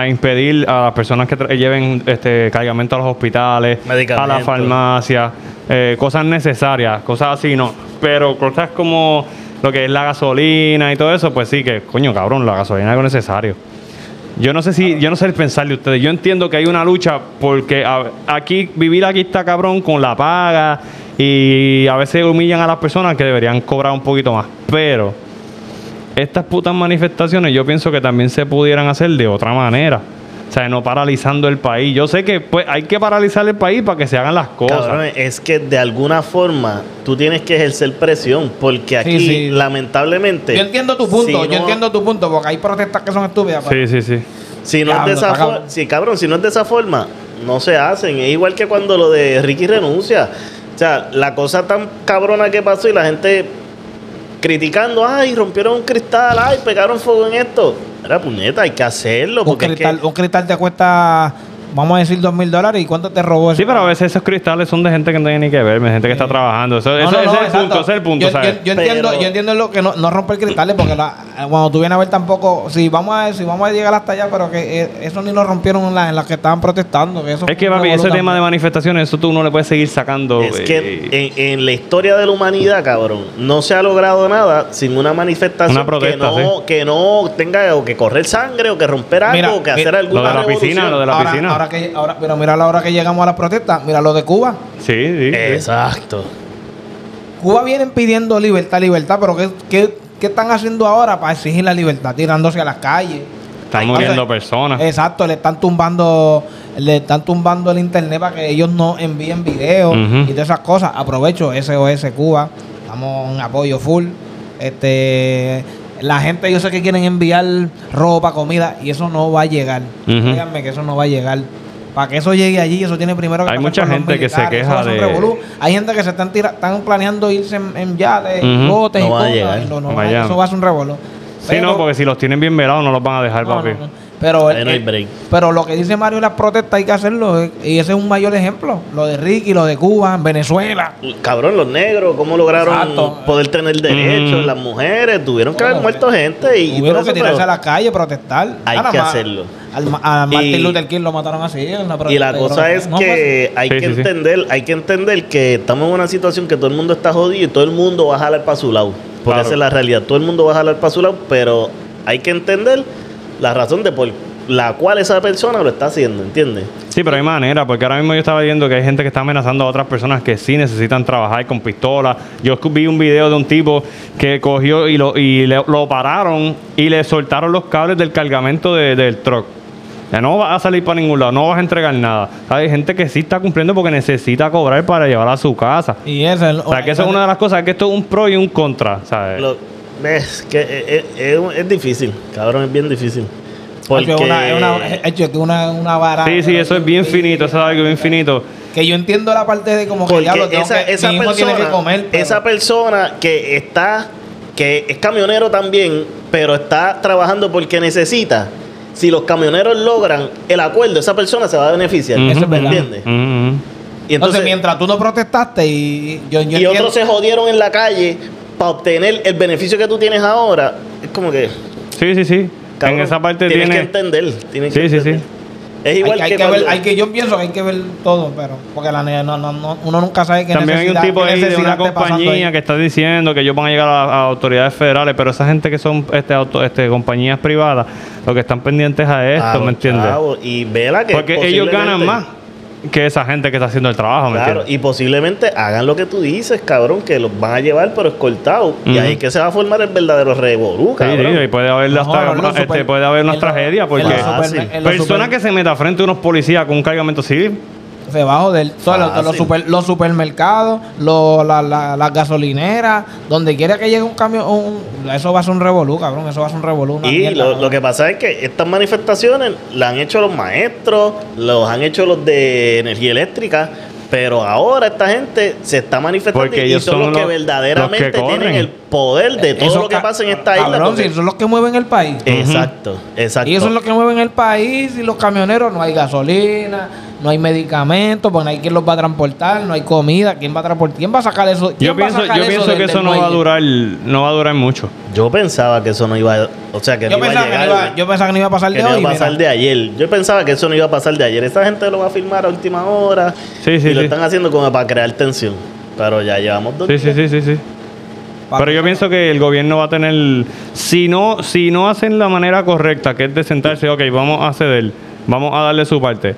Speaker 3: a impedir a las personas que tra- lleven este cargamento a los hospitales, a
Speaker 4: Medicamentos.
Speaker 3: las farmacias, eh, cosas necesarias, cosas así, no. Pero cosas como lo que es la gasolina y todo eso, pues sí, que coño, cabrón, la gasolina es algo necesario. Yo no sé si, yo no sé el pensar de ustedes. Yo entiendo que hay una lucha porque a- aquí, vivir aquí está cabrón con la paga y a veces humillan a las personas que deberían cobrar un poquito más. Pero estas putas manifestaciones yo pienso que también se pudieran hacer de otra manera. O sea, no paralizando el país. Yo sé que pues hay que paralizar el país para que se hagan las cosas.
Speaker 4: Cabrón, es que de alguna forma tú tienes que ejercer presión, porque aquí,
Speaker 2: sí.
Speaker 4: lamentablemente.
Speaker 2: Yo entiendo tu punto,
Speaker 4: si
Speaker 2: yo
Speaker 4: no-
Speaker 2: entiendo tu punto, porque hay protestas que son estúpidas. pero-
Speaker 3: sí, sí, sí.
Speaker 4: Si no
Speaker 2: Diablo,
Speaker 4: es de esa
Speaker 2: está
Speaker 4: forma,
Speaker 2: cabrón.
Speaker 4: si cabrón, si no es de esa forma, no se hacen. Es igual que cuando lo de Ricky renuncia. O sea, la cosa tan cabrona que pasó y la gente criticando, ay, rompieron un cristal, ay, pegaron fuego en esto. Era puñeta, hay que hacerlo.
Speaker 2: un,
Speaker 4: Porque es que-
Speaker 2: cristal, un cristal te cuesta, vamos a decir, dos mil dólares. ¿Y cuánto te robó eso?
Speaker 3: Sí, pero a veces esos cristales son de gente que no tiene ni que ver, de gente que está trabajando. Eso, eso- ese es el
Speaker 2: exacto.
Speaker 3: punto, ese es el punto,
Speaker 2: Yo,
Speaker 3: ¿sabes?
Speaker 2: yo- yo entiendo,
Speaker 4: Pero-
Speaker 2: yo entiendo lo que no, no romper cristales, porque la- cuando tú vienes a ver tampoco, si vamos a, si vamos a llegar hasta allá, pero que eh, eso ni lo rompieron en las en las que estaban protestando. Que eso
Speaker 3: Es que,
Speaker 2: fue un
Speaker 3: papi, ese
Speaker 2: revolú
Speaker 3: tema de
Speaker 2: también.
Speaker 3: manifestaciones, eso tú no le puedes seguir sacando.
Speaker 4: Es
Speaker 3: eh,
Speaker 4: que en, en la historia de la humanidad, cabrón, no se ha logrado nada sin una manifestación
Speaker 3: Una protesta,
Speaker 4: que, no, que no tenga o que correr sangre o que romper algo
Speaker 2: Mira,
Speaker 4: o que
Speaker 2: mi-
Speaker 4: hacer
Speaker 3: eh, lo
Speaker 4: alguna
Speaker 3: de la piscina,
Speaker 4: revolución.
Speaker 3: lo de la
Speaker 2: ahora,
Speaker 3: piscina.
Speaker 2: ahora que, ahora, pero mira la hora que llegamos a las protestas, mira lo de Cuba.
Speaker 3: sí, sí, sí.
Speaker 4: Exacto.
Speaker 2: Cuba vienen pidiendo libertad, libertad, pero ¿qué, qué, qué están haciendo ahora para exigir la libertad? Tirándose a las calles.
Speaker 3: Están
Speaker 2: O sea,
Speaker 3: muriendo personas.
Speaker 2: Exacto, le están tumbando, le están tumbando el internet para que ellos no envíen videos
Speaker 3: Ujú.
Speaker 2: y todas esas cosas. Aprovecho SOS Cuba, estamos en apoyo full. Este, la gente yo sé que quieren enviar ropa, comida y eso no va a llegar.
Speaker 3: Ujú.
Speaker 2: Díganme que eso no va a llegar. Para que eso llegue allí, eso tiene primero que
Speaker 3: Hay
Speaker 2: pasar
Speaker 3: mucha
Speaker 2: por los
Speaker 3: gente que se
Speaker 2: militares, eso
Speaker 3: queja
Speaker 2: va a ser un
Speaker 3: de-
Speaker 2: revolú. Hay gente que se están tira- están planeando irse en, en yates,
Speaker 3: Ujú.
Speaker 2: botes y
Speaker 4: No van a
Speaker 2: cosas.
Speaker 4: llegar.
Speaker 2: No, no,
Speaker 3: Vaya.
Speaker 2: eso va a ser un revolú.
Speaker 3: sí, no,
Speaker 2: Pero-
Speaker 3: porque si los tienen bien velados no los van a dejar,
Speaker 2: no,
Speaker 3: papi.
Speaker 2: no, no. Pero,
Speaker 4: Ahí no hay
Speaker 2: eh,
Speaker 4: break.
Speaker 2: pero lo que dice Mario, las protestas hay que hacerlo. eh, Y ese es un mayor ejemplo. Lo de Ricky, lo de Cuba, Venezuela.
Speaker 4: Cabrón, los negros, ¿cómo lograron
Speaker 2: Exacto.
Speaker 4: poder tener derechos?
Speaker 3: Mm.
Speaker 4: Las mujeres tuvieron que haber
Speaker 2: Bueno,
Speaker 4: muerto gente y, y
Speaker 2: Tuvieron
Speaker 4: todo
Speaker 2: que
Speaker 4: eso,
Speaker 2: tirarse
Speaker 4: pero-
Speaker 2: a la calle a protestar.
Speaker 4: Hay
Speaker 2: Ahora,
Speaker 4: que
Speaker 2: ma-
Speaker 4: hacerlo.
Speaker 2: al ma- a Martin
Speaker 4: Y-
Speaker 2: Luther King lo mataron así. en una
Speaker 4: Y
Speaker 2: protesta
Speaker 4: la
Speaker 2: de
Speaker 4: cosa
Speaker 2: protesta.
Speaker 4: es
Speaker 2: No, pues,
Speaker 4: que hay
Speaker 3: Sí,
Speaker 4: que
Speaker 3: sí, sí.
Speaker 4: entender, hay que entender que estamos en una situación que todo el mundo está jodido y todo el mundo va a jalar para su lado. Porque
Speaker 3: Claro.
Speaker 4: esa es la realidad, todo el mundo va a jalar para su lado, pero hay que entender la razón de por la cual esa persona lo está haciendo, ¿entiendes?
Speaker 3: Sí, pero hay manera, porque ahora mismo yo estaba viendo que hay gente que está amenazando a otras personas que sí necesitan trabajar con pistolas. Yo escu- vi un video de un tipo que cogió y lo, y le- lo pararon y le soltaron los cables del cargamento de- del truck. Ya no vas a salir para ningún lado, no vas a entregar nada. Hay gente que sí está cumpliendo porque necesita cobrar para llevar a su casa.
Speaker 2: Y ese, el-
Speaker 3: O sea, que eso es una de las cosas, que esto es un pro y un contra, ¿sabes?
Speaker 4: Lo- es que es, es- es difícil, cabrón, es bien difícil. Porque
Speaker 2: es una, es una, es que una, una vara.
Speaker 3: Sí, sí, eso es bien finito, eso es algo bien finito.
Speaker 2: Que yo entiendo la parte de como que
Speaker 4: Porque
Speaker 2: ya lo tengo
Speaker 4: esa,
Speaker 2: que,
Speaker 4: esa
Speaker 2: mi hijo
Speaker 4: persona,
Speaker 2: tiene que comer. pero-
Speaker 4: esa persona que está, que es camionero también, pero está trabajando porque necesita. Si los camioneros logran el acuerdo, esa persona se va a beneficiar.
Speaker 3: Eso es
Speaker 4: ¿Me
Speaker 2: verdad.
Speaker 4: entiendes?
Speaker 3: Mm, mm.
Speaker 4: Y
Speaker 2: entonces,
Speaker 4: entonces,
Speaker 2: mientras tú no protestaste y yo, yo
Speaker 4: y
Speaker 2: entiendo-
Speaker 4: otros se jodieron en la calle para obtener el beneficio que tú tienes ahora. Es como que.
Speaker 3: Sí, sí, sí.
Speaker 4: cabrón,
Speaker 3: en esa parte
Speaker 4: tienes
Speaker 3: tiene...
Speaker 4: que entender. tienes
Speaker 3: Sí,
Speaker 4: que
Speaker 3: sí,
Speaker 4: entender.
Speaker 3: sí.
Speaker 4: Es
Speaker 2: Hay-
Speaker 4: igual
Speaker 2: hay,
Speaker 4: que,
Speaker 2: que, ver,
Speaker 4: cuando-
Speaker 2: hay que yo pienso que hay que ver todo, pero porque la ne- no, no, no, uno nunca sabe qué
Speaker 3: También hay un
Speaker 2: necesidad-
Speaker 3: tipo
Speaker 2: qué
Speaker 3: ahí de
Speaker 2: necesidad
Speaker 3: una
Speaker 2: esté pasando
Speaker 3: compañía
Speaker 2: ahí.
Speaker 3: que está diciendo que ellos van a llegar a, a autoridades federales, pero esa gente que son este, auto- este compañías privadas, lo que están pendientes a esto,
Speaker 4: Chavo,
Speaker 3: ¿me entiendes?
Speaker 4: chavo, Y vela que.
Speaker 3: Porque ellos ganan
Speaker 4: posiblemente-
Speaker 3: más que esa gente que está haciendo el trabajo, Ah, ¿me
Speaker 4: Claro,
Speaker 3: entiendes?
Speaker 4: y posiblemente hagan lo que tú dices, cabrón, que los van a llevar pero escoltados. Y
Speaker 3: Ujú.
Speaker 4: ahí es que se va a formar el verdadero revolú,
Speaker 3: Sí,
Speaker 4: cabrón.
Speaker 3: sí, y puede haber,
Speaker 2: No,
Speaker 3: hasta-
Speaker 2: no, no,
Speaker 3: este,
Speaker 2: super-
Speaker 3: puede haber unas
Speaker 2: en lo-
Speaker 3: tragedias,
Speaker 2: en
Speaker 3: porque
Speaker 2: lo
Speaker 4: Ah,
Speaker 2: super-
Speaker 4: sí.
Speaker 2: en lo
Speaker 3: personas
Speaker 2: super-
Speaker 3: que se meta frente a unos policías con un cargamento civil,
Speaker 2: se va a joder. Todos los-
Speaker 4: Fácil.
Speaker 2: los, super- los supermercados, los- la- la- las gasolineras, donde quiera que llegue un camión, un- un- eso va a ser un revolú, cabrón. Eso va a ser un revolú. una
Speaker 4: Y
Speaker 2: mierda,
Speaker 4: lo,
Speaker 2: cabrón.
Speaker 4: lo que pasa es que estas manifestaciones las han hecho los maestros, los han hecho los de energía eléctrica, pero ahora esta gente se está manifestando
Speaker 3: Porque
Speaker 4: y
Speaker 3: ellos
Speaker 4: son,
Speaker 3: son
Speaker 4: los que
Speaker 3: los-
Speaker 4: verdaderamente
Speaker 3: los que corren.
Speaker 4: tienen el poder de todo
Speaker 2: Esos
Speaker 4: lo que
Speaker 2: ca-
Speaker 4: pasa en esta isla.
Speaker 2: Cabrón,
Speaker 4: porque-
Speaker 2: si son los que mueven el país.
Speaker 4: Exacto, exacto.
Speaker 2: Y eso es lo que mueven el país y los camioneros. No hay gasolina, no hay medicamentos, porque no hay quien los va a transportar, no hay comida. ¿Quién va a transportar? ¿Quién va a sacar eso? ¿Quién
Speaker 3: Yo
Speaker 2: va a
Speaker 3: pienso,
Speaker 2: sacar
Speaker 3: yo pienso
Speaker 2: del-
Speaker 3: que
Speaker 2: del
Speaker 3: eso no va a
Speaker 2: muelle?
Speaker 3: durar, no va a durar mucho.
Speaker 4: Yo pensaba que eso no iba a... O sea, que
Speaker 2: Yo
Speaker 4: no iba a
Speaker 2: pensaba, que no
Speaker 4: llegar.
Speaker 2: iba, yo pensaba que no iba a pasar
Speaker 4: que
Speaker 2: de
Speaker 4: no
Speaker 2: hoy.
Speaker 4: iba a
Speaker 2: mira.
Speaker 4: pasar de ayer. Yo pensaba que eso no iba a pasar de ayer. Esa gente lo va a filmar a última hora.
Speaker 3: Sí, sí,
Speaker 4: y lo
Speaker 3: sí.
Speaker 4: están haciendo como para crear tensión. Pero ya llevamos dos
Speaker 3: Sí, sí,
Speaker 4: días.
Speaker 3: sí, sí, sí. Pero yo pienso que el gobierno va a tener, si no, si no hacen la manera correcta, que es de sentarse, ok, vamos a ceder, vamos a darle su parte,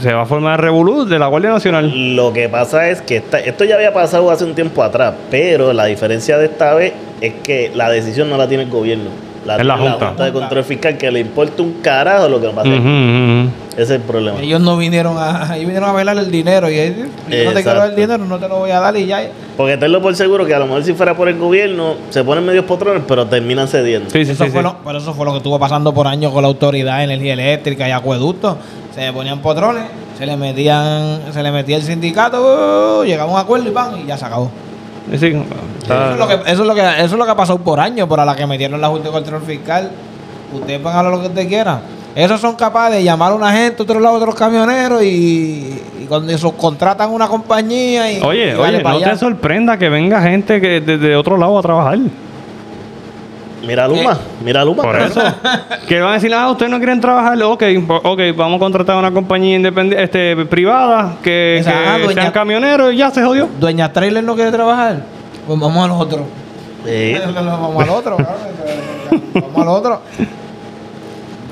Speaker 3: se va a formar revolú de la Guardia Nacional.
Speaker 4: Lo que pasa es que esta- esto ya había pasado hace un tiempo atrás, pero la diferencia de esta vez es que la decisión no la tiene el gobierno. La
Speaker 3: Es la
Speaker 4: tiene
Speaker 3: Junta.
Speaker 4: de Control Fiscal, que le importa un carajo lo que pasa.
Speaker 3: Ujú, ujú.
Speaker 4: Ese es el problema.
Speaker 2: Ellos no vinieron a, ellos vinieron a velar el dinero y ellos, yo no te quiero dar el
Speaker 4: Exacto.
Speaker 2: dinero, no te lo voy a dar y ya.
Speaker 4: Porque tenlo por seguro que a lo mejor si fuera por el gobierno, se ponen medios potrones, pero terminan cediendo.
Speaker 3: Sí, sí,
Speaker 2: Eso
Speaker 3: sí,
Speaker 2: fue
Speaker 3: sí.
Speaker 2: Lo, pero eso fue lo que estuvo pasando por años con la autoridad de energía eléctrica y acueductos. Se ponían patrones, se le metían, se le metía el sindicato, uh, llegaba a un acuerdo y pan, y ya se acabó. Eso,
Speaker 3: Sí, está-
Speaker 2: es lo que, eso, es lo que, eso es lo que ha pasado por años, por a la que metieron la Junta de Control Fiscal. Ustedes pueden hablar lo que ustedes quieran. Esos son capaces de llamar a una gente, otro lado, otros camioneros y, y cuando eso contratan una compañía y. y
Speaker 3: Oye,
Speaker 2: dale
Speaker 3: oye,
Speaker 2: pa'
Speaker 3: no
Speaker 2: allá.
Speaker 3: te sorprenda que venga gente que desde otro lado a trabajar.
Speaker 4: Mira a Luma, mira a Luma.
Speaker 3: Por
Speaker 4: cabrón.
Speaker 3: eso. que van a decir, ah, ustedes no quieren trabajar. Ok, po- ok, vamos a contratar a una compañía independiente, este, privada, que,
Speaker 2: Esa, ah,
Speaker 3: que
Speaker 2: dueña-
Speaker 3: sean camioneros y ya se jodió.
Speaker 2: Dueña Trailer no quiere trabajar. Pues vamos al otro.
Speaker 4: Sí.
Speaker 2: Vamos al otro, cabrón. Vamos al otro.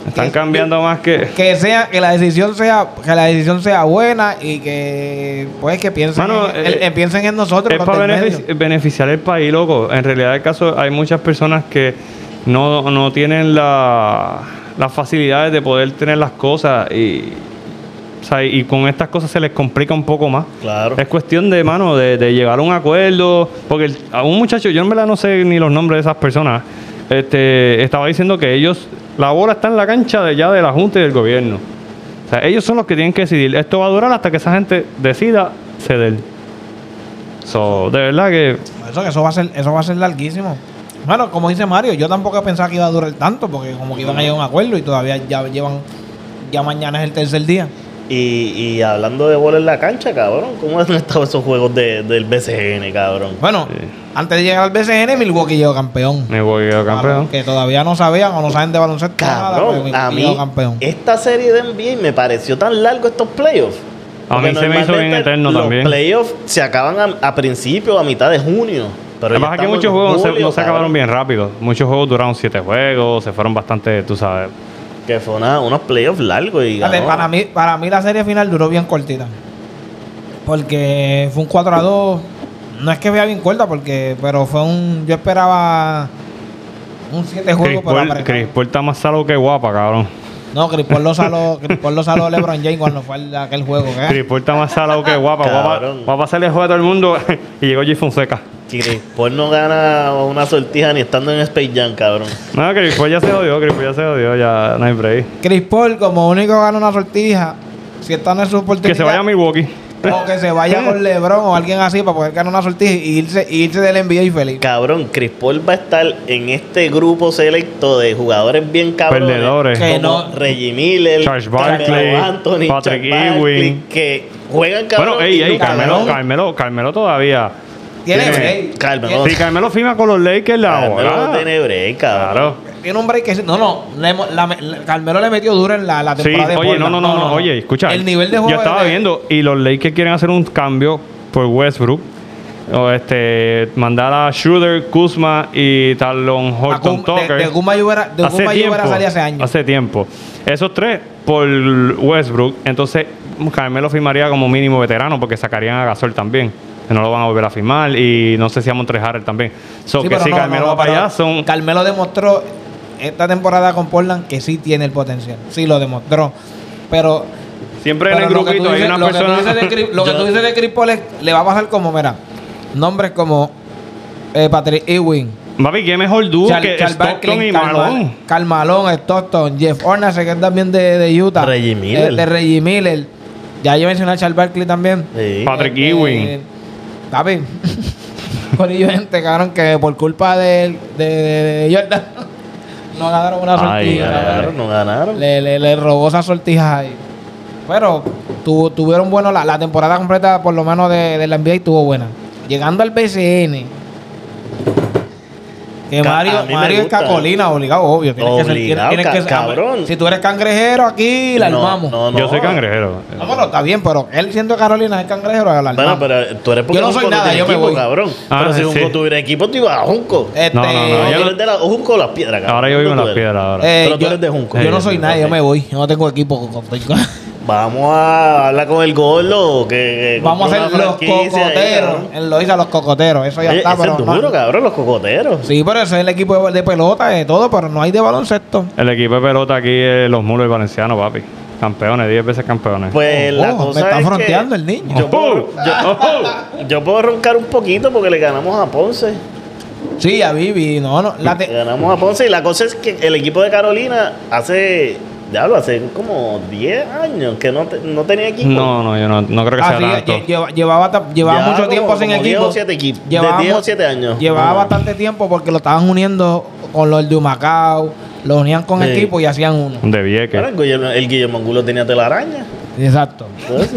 Speaker 3: Están
Speaker 2: Que-
Speaker 3: cambiando más que...
Speaker 2: Que sea, que la decisión sea, que la decisión sea buena y que pues que piensen,
Speaker 3: Mano,
Speaker 2: en, el-
Speaker 3: eh,
Speaker 2: eh, piensen en nosotros.
Speaker 3: Es eh,
Speaker 2: los
Speaker 3: para
Speaker 2: del medio.
Speaker 3: benefici- beneficiar el país, loco. En realidad, el caso, hay muchas personas que no, no tienen la, las facilidades de poder tener las cosas y, o sea, y con estas cosas se les complica un poco más.
Speaker 4: Claro.
Speaker 3: Es cuestión de, mano, de, de llegar a un acuerdo. Porque el- a un muchacho, yo en verdad no sé ni los nombres de esas personas, este, estaba diciendo que ellos, la bola está en la cancha de ya de la Junta y del gobierno. O sea, ellos son los que tienen que decidir. Esto va a durar hasta que esa gente decida ceder. So, de verdad que.
Speaker 2: Eso, eso va a ser, eso va a ser larguísimo. Bueno, como dice Mario, yo tampoco pensaba que iba a durar tanto, porque como que iban a llegar a un acuerdo y todavía ya llevan, ya mañana es el tercer día.
Speaker 4: Y, y hablando de bola en la cancha, cabrón, ¿cómo han estado esos juegos de- del BCN, cabrón?
Speaker 2: Bueno, antes de llegar al BCN, Milwaukee llegó campeón.
Speaker 3: Me voy a campeón.
Speaker 2: Que todavía no sabían o no saben de baloncesto nada, pues, pero
Speaker 4: Cabrón,
Speaker 2: Milwaukee
Speaker 4: a
Speaker 2: llegó
Speaker 4: mí
Speaker 2: campeón.
Speaker 4: esta serie de NBA me pareció tan largo estos playoffs.
Speaker 3: A
Speaker 4: Porque
Speaker 3: mí se me hizo
Speaker 4: normalmente
Speaker 3: bien eterno
Speaker 4: los
Speaker 3: también.
Speaker 4: playoffs se acaban a, a principio, a mitad de junio. Pero
Speaker 3: Lo que
Speaker 4: ya
Speaker 3: pasa es que
Speaker 4: estamos
Speaker 3: muchos
Speaker 4: en
Speaker 3: juegos no se-
Speaker 4: julio,
Speaker 3: no se
Speaker 4: cabrón,
Speaker 3: acabaron bien rápido. Muchos juegos duraron siete juegos, se fueron bastante, tú sabes.
Speaker 4: Que fue una- unos playoffs largos y
Speaker 2: Fíjate,
Speaker 4: ganó.
Speaker 2: para, mí, para mí la serie final duró bien cortita. Porque fue un 4 a 2. No es que vea bien corta, porque pero fue un. Yo esperaba un 7
Speaker 3: Chris
Speaker 2: juego, pero
Speaker 3: Paul,
Speaker 2: apretado.
Speaker 3: Chris Paul está más salvo que guapa, cabrón.
Speaker 2: No, Chris Paul lo saló, Chris Paul lo saló a LeBron James cuando fue al- aquel juego. ¿eh?
Speaker 4: Ah.
Speaker 2: ¿qué?
Speaker 3: Chris Paul está más salvo que guapa. guapa,
Speaker 4: Cabrón.
Speaker 3: guapa se le juega a todo el mundo y llegó Jay Fonseca.
Speaker 4: Chris Paul no gana una sortija ni estando en Space Jam, cabrón.
Speaker 3: No, Chris Paul ya se odió, Chris Paul ya se odió, ya no hay break.
Speaker 2: Chris Paul, como único gana una sortija, si está en su oportunidad.
Speaker 3: Que se vaya a Milwaukee.
Speaker 2: O que se vaya con LeBron o alguien así para poder ganar una sortija y irse, y irse del NBA y feliz.
Speaker 4: Cabrón, Chris Paul va a estar en este grupo selecto de jugadores bien cabrones.
Speaker 3: Perdedores.
Speaker 2: Que
Speaker 4: Como
Speaker 2: no-
Speaker 4: Reggie Miller,
Speaker 3: Charles Barkley,
Speaker 4: Anthony,
Speaker 3: Patrick
Speaker 4: Charles
Speaker 3: Ewing.
Speaker 4: Barkley, Que juegan cabrón.
Speaker 3: Bueno, ey,
Speaker 4: y
Speaker 3: ey,
Speaker 4: nunca
Speaker 3: Carmelo,
Speaker 4: ganan.
Speaker 3: Carmelo, Carmelo todavía.
Speaker 2: Tiene
Speaker 3: Tiene-
Speaker 2: break.
Speaker 4: Calma,
Speaker 2: Tiene-
Speaker 4: no,
Speaker 3: Si Carmelo firma con los Lakers, la
Speaker 4: Oh. Carmelo no
Speaker 3: hora.
Speaker 4: tiene break, cabrón.
Speaker 3: Claro.
Speaker 2: Tiene un break que no, no, le mo- la- la- Carmelo le metió duro en la, la
Speaker 3: Sí,
Speaker 2: temporada de
Speaker 3: oye, no,
Speaker 2: Portland.
Speaker 3: no, no, no, oye, escucha.
Speaker 2: El nivel de juego
Speaker 3: Yo estaba
Speaker 2: de-
Speaker 3: viendo y los Lakers quieren hacer un cambio por Westbrook. O este, mandar a Schroeder, Kuzma y Talon
Speaker 2: a
Speaker 3: Horton
Speaker 2: Kum- de-
Speaker 3: Tucker.
Speaker 2: De Guma yo hubiera, de
Speaker 3: hace
Speaker 2: Guma yo
Speaker 3: tiempo,
Speaker 2: hubiera salido hace años.
Speaker 3: hace tiempo. Esos tres por Westbrook. Entonces, Carmelo firmaría como mínimo veterano porque sacarían a Gasol también. que No lo van a volver a firmar. Y no sé si a Montrejal también. So,
Speaker 2: Sí,
Speaker 3: que
Speaker 2: pero
Speaker 3: si
Speaker 2: no, no,
Speaker 3: Carmelo
Speaker 2: no,
Speaker 3: va para
Speaker 2: pero
Speaker 3: allá, son.
Speaker 2: Carmelo demostró esta temporada con Portland que sí tiene el potencial. Sí lo demostró. Pero
Speaker 3: Siempre en el
Speaker 2: Pero lo que
Speaker 3: grupito
Speaker 2: tú
Speaker 3: hay
Speaker 2: dices-
Speaker 3: una
Speaker 2: lo que tú
Speaker 3: persona.
Speaker 2: dices de Cri- Lo que
Speaker 4: Yo-
Speaker 2: tú dices de Cripoles le va a pasar como, mira, nombres como eh, Patrick Ewing,
Speaker 3: Papi, ¿qué mejor dúo
Speaker 2: Charl-
Speaker 3: que
Speaker 2: Charles
Speaker 3: Stockton
Speaker 2: Barkley,
Speaker 3: y
Speaker 2: Karl Ma-
Speaker 3: Malone?
Speaker 2: Karl Malone, Stockton, Jeff Horner, que es también de, de Utah.
Speaker 4: Reggie Miller.
Speaker 2: Eh, de Reggie Miller. Ya yo mencioné a Charles Barkley también.
Speaker 4: Sí.
Speaker 3: Patrick
Speaker 2: Eh,
Speaker 3: Ewing.
Speaker 2: eh, Papi. Por ello, gente, cabrón, que por culpa de, de, de- de Jordan no ganaron una
Speaker 3: Ay,
Speaker 2: sortija.
Speaker 4: No
Speaker 3: ay,
Speaker 2: cabrón.
Speaker 4: ganaron, no ganaron.
Speaker 2: Le, le, le robó esas sortijas ahí. Pero tu- tuvieron bueno la, la temporada completa, por lo menos de, de la NBA, estuvo buena. Llegando al BCN. Que
Speaker 4: Ca-
Speaker 2: Mario,
Speaker 4: a mí me
Speaker 2: Mario es
Speaker 4: gusta.
Speaker 2: cacolina, obligado, obvio. Tienes que ser- tienes-
Speaker 4: Obligado,
Speaker 2: tienes
Speaker 4: ca-
Speaker 2: que ser- a ver,
Speaker 4: cabrón.
Speaker 2: Si tú eres cangrejero, aquí la armamos.
Speaker 4: No, no,
Speaker 3: Yo soy
Speaker 4: no.
Speaker 3: cangrejero.
Speaker 2: Vámonos, está bien, pero él siendo Carolina es cangrejero, la
Speaker 4: Bueno,
Speaker 2: armamos.
Speaker 4: pero tú eres
Speaker 2: Yo no soy
Speaker 4: Junco
Speaker 2: nada,
Speaker 4: tiene
Speaker 2: yo me
Speaker 4: equipo,
Speaker 2: voy.
Speaker 4: cabrón.
Speaker 3: Ah,
Speaker 4: pero si
Speaker 3: sí.
Speaker 4: Junco tuviera equipo, tú ibas a Junco.
Speaker 2: Este,
Speaker 3: No, no, no,
Speaker 4: No,
Speaker 3: yo
Speaker 4: tú eres de la, o Junco o las piedras, cabrón.
Speaker 3: Ahora yo vivo en
Speaker 4: ¿Dónde
Speaker 3: las
Speaker 4: tú eres?
Speaker 3: piedras ahora.
Speaker 2: eh,
Speaker 4: pero tú
Speaker 2: yo,
Speaker 4: eres de Junco.
Speaker 2: Yo no
Speaker 3: Sí,
Speaker 2: soy
Speaker 4: ok.
Speaker 2: nadie, yo me voy. Yo no tengo equipo. con- con-
Speaker 4: Vamos a hablar con el Gordo. Que, que
Speaker 2: Vamos a
Speaker 4: compra
Speaker 2: hacer
Speaker 4: una
Speaker 2: los
Speaker 4: franquicia ahí,
Speaker 2: cocoteros.
Speaker 4: cabrón.
Speaker 2: Él lo hizo a los cocoteros. Eso ya
Speaker 4: Oye,
Speaker 2: está,
Speaker 4: ese
Speaker 2: pero
Speaker 4: es
Speaker 2: no-
Speaker 4: duro, cabrón, los cocoteros.
Speaker 2: Sí, pero ese es el equipo de, de pelota, de todo, pero no hay de baloncesto.
Speaker 3: El equipo de pelota aquí es los mulos y valencianos, papi. Campeones, 10 veces campeones.
Speaker 4: Pues
Speaker 2: Oh,
Speaker 4: la
Speaker 2: me
Speaker 4: cosa
Speaker 2: está
Speaker 4: es
Speaker 2: fronteando
Speaker 4: que
Speaker 2: el niño.
Speaker 4: Yo puedo,
Speaker 3: Ojo,
Speaker 4: yo-
Speaker 3: ojo.
Speaker 4: yo puedo roncar un poquito porque le ganamos a Ponce.
Speaker 2: Sí, a Vivi, no, no. La te-
Speaker 4: Le ganamos a Ponce y la cosa es que el equipo de Carolina hace, diablo, hace como 10 años que no, te- no tenía equipo.
Speaker 3: No, no, yo no, no creo que sea
Speaker 2: así,
Speaker 3: tanto.
Speaker 2: Ah, lle- lleva- llevaba, ta- llevaba
Speaker 4: Ya
Speaker 2: mucho
Speaker 4: como-
Speaker 2: tiempo sin
Speaker 4: como 10
Speaker 2: equipo.
Speaker 4: o 7 equipos. De
Speaker 2: Llevaba
Speaker 4: 10 o
Speaker 2: mu-
Speaker 4: 7 años.
Speaker 2: Llevaba
Speaker 4: Ah.
Speaker 2: bastante tiempo porque lo estaban uniendo con los de Humacao, lo unían con
Speaker 4: Sí.
Speaker 2: equipo y hacían uno.
Speaker 3: De
Speaker 4: Bueno,
Speaker 3: Vieques.
Speaker 4: el Guillermo, el Guillermo Angulo tenía telaraña.
Speaker 2: Exacto.
Speaker 4: todo Eso.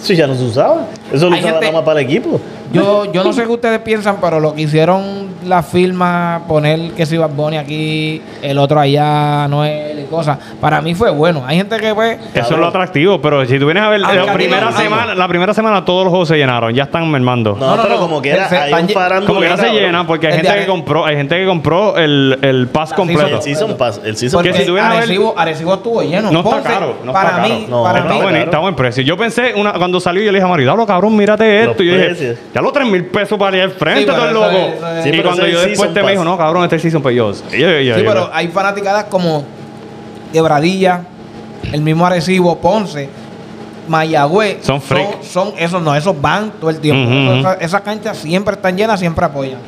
Speaker 4: eso ya no se usaba. Eso lo
Speaker 2: Hay
Speaker 4: usaba
Speaker 2: gente-
Speaker 4: nada más para el equipo.
Speaker 2: Yo, yo no sé qué ustedes piensan, pero lo que hicieron las firmas, poner que si Bad Bunny aquí, el otro allá, Noel y cosas, para mí fue bueno. Hay gente que fue...
Speaker 3: Eso es lo atractivo, pero si tú vienes a ver,
Speaker 2: Ah,
Speaker 3: la
Speaker 2: cabrón,
Speaker 3: primera,
Speaker 2: ah,
Speaker 3: semana, la primera semana todos los juegos se llenaron, ya están mermando.
Speaker 4: No,
Speaker 2: No, no,
Speaker 4: pero
Speaker 2: no.
Speaker 4: como que era,
Speaker 2: Se- se
Speaker 4: hay
Speaker 2: están
Speaker 4: un
Speaker 2: lle-
Speaker 4: farándulo.
Speaker 3: Como que no se
Speaker 4: cabrón.
Speaker 3: llenan porque hay
Speaker 2: El
Speaker 3: gente
Speaker 2: de
Speaker 3: que
Speaker 2: Are-
Speaker 3: compró, hay gente que compró el, el pass
Speaker 2: La
Speaker 3: completo.
Speaker 4: El season pass. El season
Speaker 2: Porque
Speaker 3: Que si
Speaker 4: pass.
Speaker 3: tú vienes a ver-
Speaker 2: Arecibo, Arecibo estuvo lleno.
Speaker 3: No está
Speaker 2: Ponce,
Speaker 3: caro, no está
Speaker 2: para
Speaker 3: caro.
Speaker 2: mí,
Speaker 4: No,
Speaker 2: para
Speaker 3: Está,
Speaker 2: mí.
Speaker 4: no,
Speaker 3: buen,
Speaker 4: claro.
Speaker 3: está buen precio. Yo pensé, una, cuando salió, yo le dije a Mario, "Diablo, cabrón, mírate esto.
Speaker 4: Los
Speaker 3: y yo dije,
Speaker 4: precios.
Speaker 3: ya lo tres mil pesos para ir al frente,
Speaker 2: Sí, pero
Speaker 3: todo
Speaker 2: eso
Speaker 3: loco.
Speaker 2: es- eso es-
Speaker 4: Sí,
Speaker 3: y
Speaker 4: pero
Speaker 3: cuando
Speaker 4: eso es
Speaker 3: yo después
Speaker 4: season
Speaker 3: te me dijo,
Speaker 4: pass.
Speaker 3: no, cabrón, este es season pass. Y yo, y yo- y yo-
Speaker 2: Sí,
Speaker 3: y yo-
Speaker 2: pero hay fanaticadas como Quebradilla, el mismo Arecibo, Ponce, Mayagüez.
Speaker 3: Son freak.
Speaker 2: Son, son- esos no, esos van todo el tiempo.
Speaker 3: Ujú, ujú.
Speaker 2: Esas- esas canchas siempre están llenas, siempre apoyan.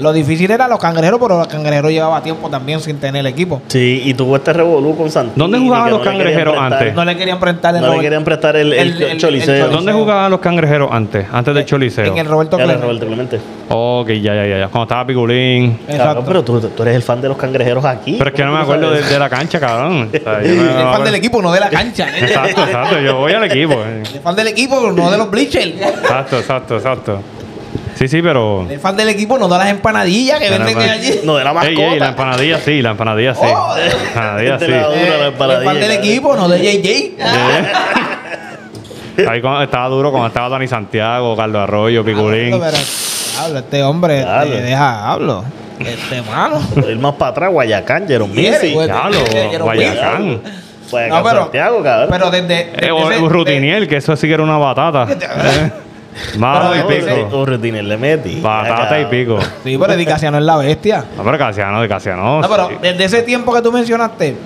Speaker 2: Lo difícil era los cangrejeros, pero los cangrejeros llevaba tiempo también sin tener equipo.
Speaker 4: Sí, y tuvo este revolú con Santini.
Speaker 3: ¿Dónde jugaban
Speaker 4: que
Speaker 3: los
Speaker 4: no le querían
Speaker 3: cangrejeros
Speaker 4: prestar-
Speaker 3: antes?
Speaker 2: No le querían prestar el
Speaker 4: No le
Speaker 2: Robert-
Speaker 4: querían prestar el,
Speaker 2: El-
Speaker 4: el,
Speaker 2: el- el
Speaker 4: Choliseo.
Speaker 2: Choliseo.
Speaker 3: ¿Dónde jugaban los cangrejeros antes? Antes del Choliseo.
Speaker 2: Eh, en el Roberto
Speaker 4: Era
Speaker 2: Clemente.
Speaker 4: Roberto Clemente.
Speaker 3: Ok, ya, ya, ya, ya. Cuando estaba Piculín.
Speaker 4: Cabrón,
Speaker 2: Exacto.
Speaker 4: pero tú, tú eres el fan de los cangrejeros aquí.
Speaker 3: Pero es que no
Speaker 4: ¿Cómo
Speaker 3: me
Speaker 4: tú
Speaker 3: acuerdo de,
Speaker 4: sabes?
Speaker 3: de la cancha, cabrón. O sea, yo no me-
Speaker 2: Él
Speaker 3: no
Speaker 2: es
Speaker 3: me
Speaker 2: fan del
Speaker 3: acuerdo.
Speaker 2: equipo, no de la cancha. Él es
Speaker 3: Exacto, exacto. Yo voy al equipo. eh.
Speaker 2: fan del equipo, no de los bleachers.
Speaker 3: Exacto, exacto, exacto. Sí, sí, pero.
Speaker 2: El fan del equipo nos da las empanadillas que
Speaker 3: Las
Speaker 2: venden
Speaker 3: empanadillas.
Speaker 2: allí.
Speaker 4: No, de la mascota.
Speaker 3: Ey, ey, la empanadilla sí, la empanadilla sí.
Speaker 2: Oh.
Speaker 3: La empanadilla
Speaker 4: Gente la-
Speaker 3: sí.
Speaker 4: Dura
Speaker 2: Eh, el
Speaker 4: empanadilla,
Speaker 2: fan del
Speaker 4: cabrón.
Speaker 2: equipo, no de Ah, JJ.
Speaker 3: Ahí cuando estaba duro cuando estaba Dani Santiago, Carlos Arroyo, Piculín.
Speaker 2: Hablo, pero- hablo, este hombre,
Speaker 4: Hablo.
Speaker 2: este, deja, hablo. Este mano.
Speaker 4: El más para atrás, Guayacán, Jerome
Speaker 2: Mire,
Speaker 4: Missy.
Speaker 2: güey.
Speaker 3: Diablo,
Speaker 2: Pero-
Speaker 3: Guayacán.
Speaker 4: Guayacán,
Speaker 2: Pues, No, pero,
Speaker 4: Santiago, cabrón.
Speaker 2: pero desde. desde
Speaker 3: Eh, o-
Speaker 2: ese-
Speaker 3: o Rutiniel, que eso sí que era una batata. Bajo y
Speaker 4: Pero
Speaker 3: pico.
Speaker 4: Urrutinel le metí.
Speaker 3: Batata y pico.
Speaker 2: de- sí, pero de Casiano es la bestia.
Speaker 3: No, pero Casiano, de Casiano.
Speaker 2: No, pero
Speaker 3: sí.
Speaker 2: desde ese tiempo que tú mencionaste,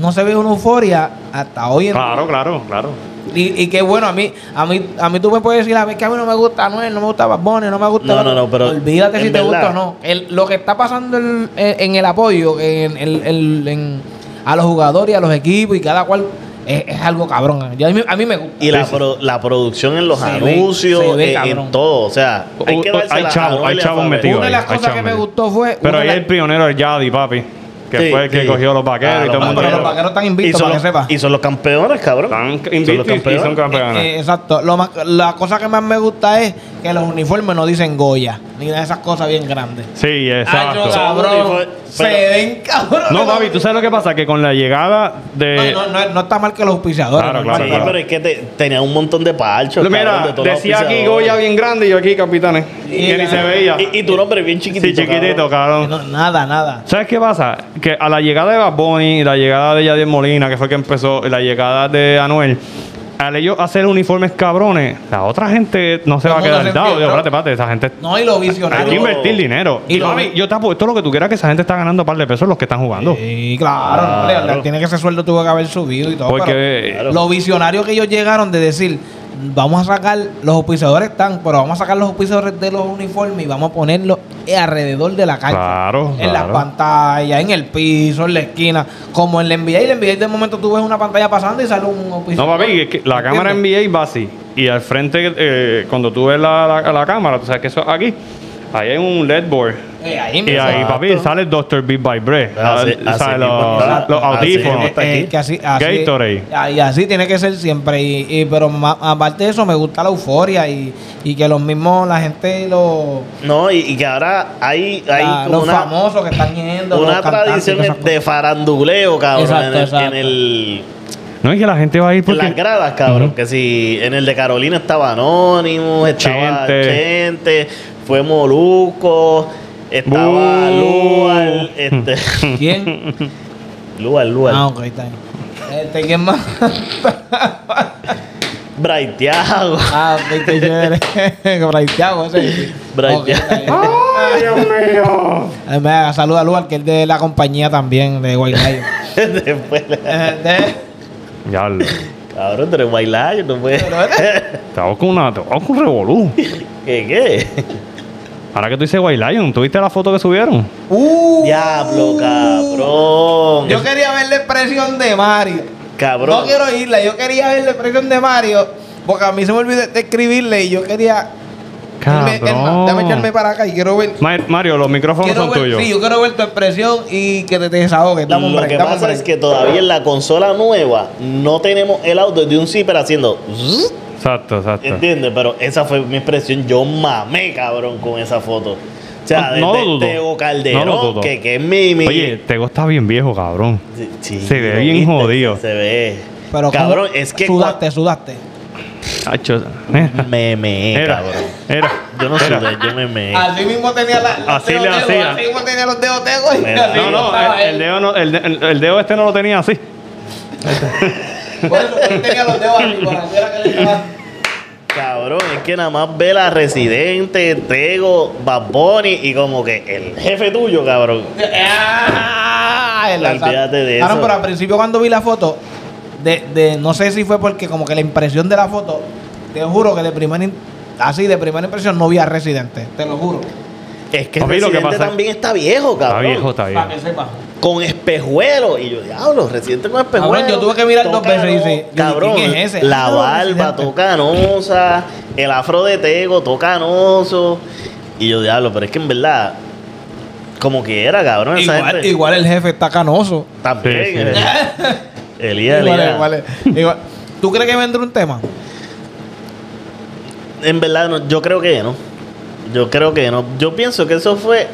Speaker 2: no se ve una euforia hasta hoy en
Speaker 3: Claro, claro, claro.
Speaker 2: Y, y qué bueno, a mí, a mí, a mí tú me puedes decir, a mí es que a mí no me gusta Anuel, no me gusta Bad Bunny, no me gusta.
Speaker 4: No, no, no, pero
Speaker 2: Olvídate si
Speaker 4: en
Speaker 2: te gusta
Speaker 4: verdad-
Speaker 2: o no. El- lo que está pasando en, en- en el apoyo, en, el- el- en- a los jugadores, y a los equipos y cada cual, es, es algo cabrón. Yo- a, mí, a mí me gusta.
Speaker 4: Y la, pro- la producción en los
Speaker 2: Se ve,
Speaker 4: anuncios,
Speaker 2: se ve,
Speaker 4: eh,
Speaker 2: cabrón.
Speaker 4: en todo. O sea, hay
Speaker 3: O-
Speaker 4: que
Speaker 3: o-
Speaker 4: dársela
Speaker 3: hay
Speaker 4: a
Speaker 3: chavos,
Speaker 4: Anuel
Speaker 3: hay
Speaker 4: y a
Speaker 3: chavos
Speaker 4: Fabio.
Speaker 3: metidos.
Speaker 2: Una de
Speaker 3: ahí,
Speaker 2: las
Speaker 3: ahí
Speaker 2: cosas que me
Speaker 3: chambele.
Speaker 2: gustó fue.
Speaker 3: Pero
Speaker 2: una
Speaker 3: ahí
Speaker 2: de
Speaker 3: el pionero el Yadi, papi. Que
Speaker 4: Sí,
Speaker 3: fue el que
Speaker 4: sí.
Speaker 3: cogió los vaqueros
Speaker 4: Ah,
Speaker 3: y
Speaker 4: los
Speaker 3: todo el mundo.
Speaker 2: Pero los
Speaker 4: vaqueros.
Speaker 2: vaqueros están
Speaker 4: Y
Speaker 2: invictos,
Speaker 4: son
Speaker 2: para que
Speaker 4: los-
Speaker 2: sepa.
Speaker 4: Y son los campeones, cabrón.
Speaker 3: Están
Speaker 4: Son los
Speaker 3: invictos y
Speaker 4: campeones.
Speaker 3: son campeones.
Speaker 2: Eh, exacto. Lo más- la cosa que más me gusta es que los uniformes no dicen Goya, ni de esas cosas bien grandes.
Speaker 3: Sí,
Speaker 4: ah,
Speaker 2: Ay, no,
Speaker 3: exacto.
Speaker 2: cabrón.
Speaker 4: Pero-
Speaker 2: Se ven cabrón.
Speaker 3: No, papi, tú sabes lo que pasa, que con la llegada de...
Speaker 2: No, no, no, no está mal que los auspiciadores.
Speaker 3: Eh, Claro,
Speaker 2: no está
Speaker 3: claro,
Speaker 4: Sí,
Speaker 3: claro.
Speaker 2: mal.
Speaker 4: pero es que te- tenía un montón de parchos. cabrón,
Speaker 3: Mira,
Speaker 4: de todos los
Speaker 3: decía aquí
Speaker 4: auspiciadores.
Speaker 3: Goya bien grande y yo aquí Capitanes. Y ni se veía.
Speaker 4: Y, y tu nombre bien chiquitito.
Speaker 3: Sí, chiquitito,
Speaker 4: cabrón.
Speaker 3: cabrón.
Speaker 2: No, nada, nada.
Speaker 3: ¿Sabes qué pasa? Que a la llegada de Bad Bunny, la llegada de Yadier Molina, que fue el que empezó, y la llegada de Anuel, al ellos hacer uniformes cabrones, la otra gente no se
Speaker 2: Todo
Speaker 3: va
Speaker 2: el
Speaker 3: a
Speaker 2: mundo
Speaker 3: quedar
Speaker 2: se
Speaker 3: dado. Yo,
Speaker 2: enfiebró.
Speaker 3: espérate, espérate, esa gente.
Speaker 2: No, y lo visionario.
Speaker 3: Hay que invertir dinero.
Speaker 2: Y
Speaker 3: Y
Speaker 2: lo-
Speaker 3: yo te apuesto lo que tú quieras que esa gente está ganando un par de pesos los que están jugando.
Speaker 2: Sí, claro, no, le- le- tiene que ese sueldo tuvo que haber subido y todo.
Speaker 3: Porque-
Speaker 2: pero lo visionario que ellos llegaron de decir, vamos a sacar, los auspiciadores están, pero vamos a sacar los auspiciadores de los uniformes y vamos a ponerlos alrededor de la cancha.
Speaker 3: Claro,
Speaker 2: En las
Speaker 3: claro.
Speaker 2: pantallas, en el piso, en la esquina, como en la NBA. Y la NBA de momento tú ves una pantalla pasando y sale un
Speaker 3: No,
Speaker 2: auspiciador.
Speaker 3: papi, es que la cámara
Speaker 2: ¿Entiendes?
Speaker 3: NBA va así. Y al frente, eh, cuando tú ves la, la- la cámara, tú sabes que eso es aquí. Ahí hay un LED board.
Speaker 2: Eh, ahí
Speaker 3: Y
Speaker 2: mismo.
Speaker 3: ahí,
Speaker 4: Exacto.
Speaker 3: papi, sale Dr. Big by Bre.
Speaker 2: Ah,
Speaker 3: Ah, O
Speaker 4: Así- así
Speaker 3: sea,
Speaker 4: mismo está.
Speaker 3: los, los
Speaker 4: Así mismo
Speaker 3: audífonos.
Speaker 4: está.
Speaker 2: Eh,
Speaker 4: aquí.
Speaker 2: que así, así,
Speaker 3: Gatorade.
Speaker 2: ah, Y así tiene que ser siempre. Y, y- pero ma- aparte de eso, me gusta la euforia y, y que los mismos, la gente, los,
Speaker 4: No, y, y que ahora hay, hay
Speaker 2: la-
Speaker 4: como
Speaker 2: los
Speaker 4: una,
Speaker 2: famosos que están yendo.
Speaker 4: una
Speaker 2: los cantantes,
Speaker 4: tradición
Speaker 2: todas esas
Speaker 4: de faranduleo, cabrón.
Speaker 2: Exacto,
Speaker 4: en el-
Speaker 2: exacto.
Speaker 4: en el
Speaker 3: No, y que la gente va a ir
Speaker 4: En
Speaker 3: porque...
Speaker 4: las gradas, cabrón. Que si en el de Carolina estaba Anonymous, estaba
Speaker 3: Chente.
Speaker 4: Chente, fue Moluco, estaba
Speaker 3: Bu.
Speaker 4: Lual, este,
Speaker 2: cosas. ¿Quién?
Speaker 4: Lual, Lual.
Speaker 2: ah, ok, está bien. Este, ¿Quién más?
Speaker 4: Bright Thiago.
Speaker 2: ah, ok, qué chévere. Braithiago, ese.
Speaker 4: Bright
Speaker 2: Ok, está bien. Eh, mira, Saluda a Lugar, que es de la compañía también, de White Lion.
Speaker 4: Después,
Speaker 2: Eh, de-
Speaker 3: Ya, lo-
Speaker 4: cabrón, tú eres bailar, no puedes.
Speaker 2: este-
Speaker 3: estamos con una... Estamos con un revolú.
Speaker 4: ¿Qué, qué?
Speaker 3: Ahora que tú dices White Lion, ¿tú viste la foto que subieron?
Speaker 2: Uh.
Speaker 4: Diablo, cabrón.
Speaker 2: Yo quería ver la expresión de Mario.
Speaker 3: Ah,
Speaker 4: Cabrón.
Speaker 2: No quiero irla, yo quería ver la expresión de Mario. Porque a mí se me olvidó de escribirle y yo quería. Dame-
Speaker 3: Cabrón.
Speaker 2: dame echarme para acá y quiero ver.
Speaker 3: Ma- Mario, los micrófonos
Speaker 2: Quiero
Speaker 3: son
Speaker 2: ver,
Speaker 3: tuyos.
Speaker 2: sí, yo quiero ver tu expresión y que te, te desahogues. Dame un
Speaker 4: Lo
Speaker 2: break,
Speaker 4: que
Speaker 2: dame un
Speaker 4: pasa
Speaker 2: break.
Speaker 4: es que todavía en la consola nueva no tenemos el audio de un zipper haciendo. zzz,
Speaker 3: Exacto, exacto.
Speaker 4: ¿Entiendes? Pero esa fue mi expresión. Yo mamé, cabrón, con esa foto. O sea,
Speaker 3: No-
Speaker 4: de
Speaker 3: no lo
Speaker 4: de-
Speaker 3: dudo.
Speaker 4: Tego Calderón,
Speaker 3: No lo dudo.
Speaker 4: que, que es mi, mi-
Speaker 3: Oye, Tego está bien viejo, cabrón.
Speaker 4: Sí, sí,
Speaker 3: se ve
Speaker 4: lo
Speaker 3: bien
Speaker 4: viste,
Speaker 3: jodido.
Speaker 4: Se ve.
Speaker 2: Pero,
Speaker 4: cabrón,
Speaker 2: ¿cómo?
Speaker 4: es que
Speaker 2: Sudaste, sudaste.
Speaker 3: Hacho,
Speaker 4: cua-
Speaker 3: Era,
Speaker 4: me meé,
Speaker 3: era,
Speaker 4: cabrón.
Speaker 3: era.
Speaker 4: Yo no
Speaker 3: era.
Speaker 4: sudé, yo me meé.
Speaker 2: Así mismo tenía la, los
Speaker 3: Eh. Así
Speaker 2: dedos
Speaker 3: le
Speaker 2: tecos,
Speaker 3: hacía.
Speaker 2: Así mismo tenía los dedos tecos y
Speaker 4: Mira,
Speaker 2: así
Speaker 3: No, no,
Speaker 2: estaba
Speaker 3: el, el
Speaker 2: él.
Speaker 3: dedo no- el, de- el- el dedo este no lo tenía así.
Speaker 2: Por eso él tenía los dedos así, por así era que le estaba-
Speaker 4: Cabrón, es que nada más ve la Residente, Tego, Bad Bunny y como que el jefe tuyo, cabrón.
Speaker 2: Ah, el azar.
Speaker 4: Olvídate de
Speaker 2: Claro,
Speaker 4: eso.
Speaker 2: pero al principio cuando vi la foto, de, de- no sé si fue porque como que la impresión de la foto, te juro que de primera in- así de primera impresión no vi a Residente, te lo juro.
Speaker 4: Es que el
Speaker 3: Papi, lo que
Speaker 4: Residente
Speaker 3: pasa-
Speaker 4: también está viejo,
Speaker 3: Está
Speaker 4: cabrón.
Speaker 3: viejo, está viejo.
Speaker 2: Para que sepas.
Speaker 4: con espejuelo. Y yo, diablo, reciente con espejuelo.
Speaker 2: Cabrón, yo tuve que mirar dos
Speaker 4: Tócalo,
Speaker 2: veces y dice, yo,
Speaker 4: cabrón,
Speaker 2: ¿quién es ese?
Speaker 4: la
Speaker 2: Ah, no,
Speaker 4: barba
Speaker 2: residente.
Speaker 4: tocanosa, el afro de Tego tocanoso. Y yo, diablo, pero es que en verdad, como que era, cabrón, esa
Speaker 2: Igual,
Speaker 4: gente.
Speaker 2: igual el jefe está canoso.
Speaker 4: También.
Speaker 3: Sí, sí.
Speaker 4: eh. Elías,
Speaker 2: Igual,
Speaker 4: Elías.
Speaker 2: igual, igual. ¿Tú crees que vendrá un tema?
Speaker 4: En verdad, no, yo creo que no. Yo creo que no. Yo pienso que eso fue.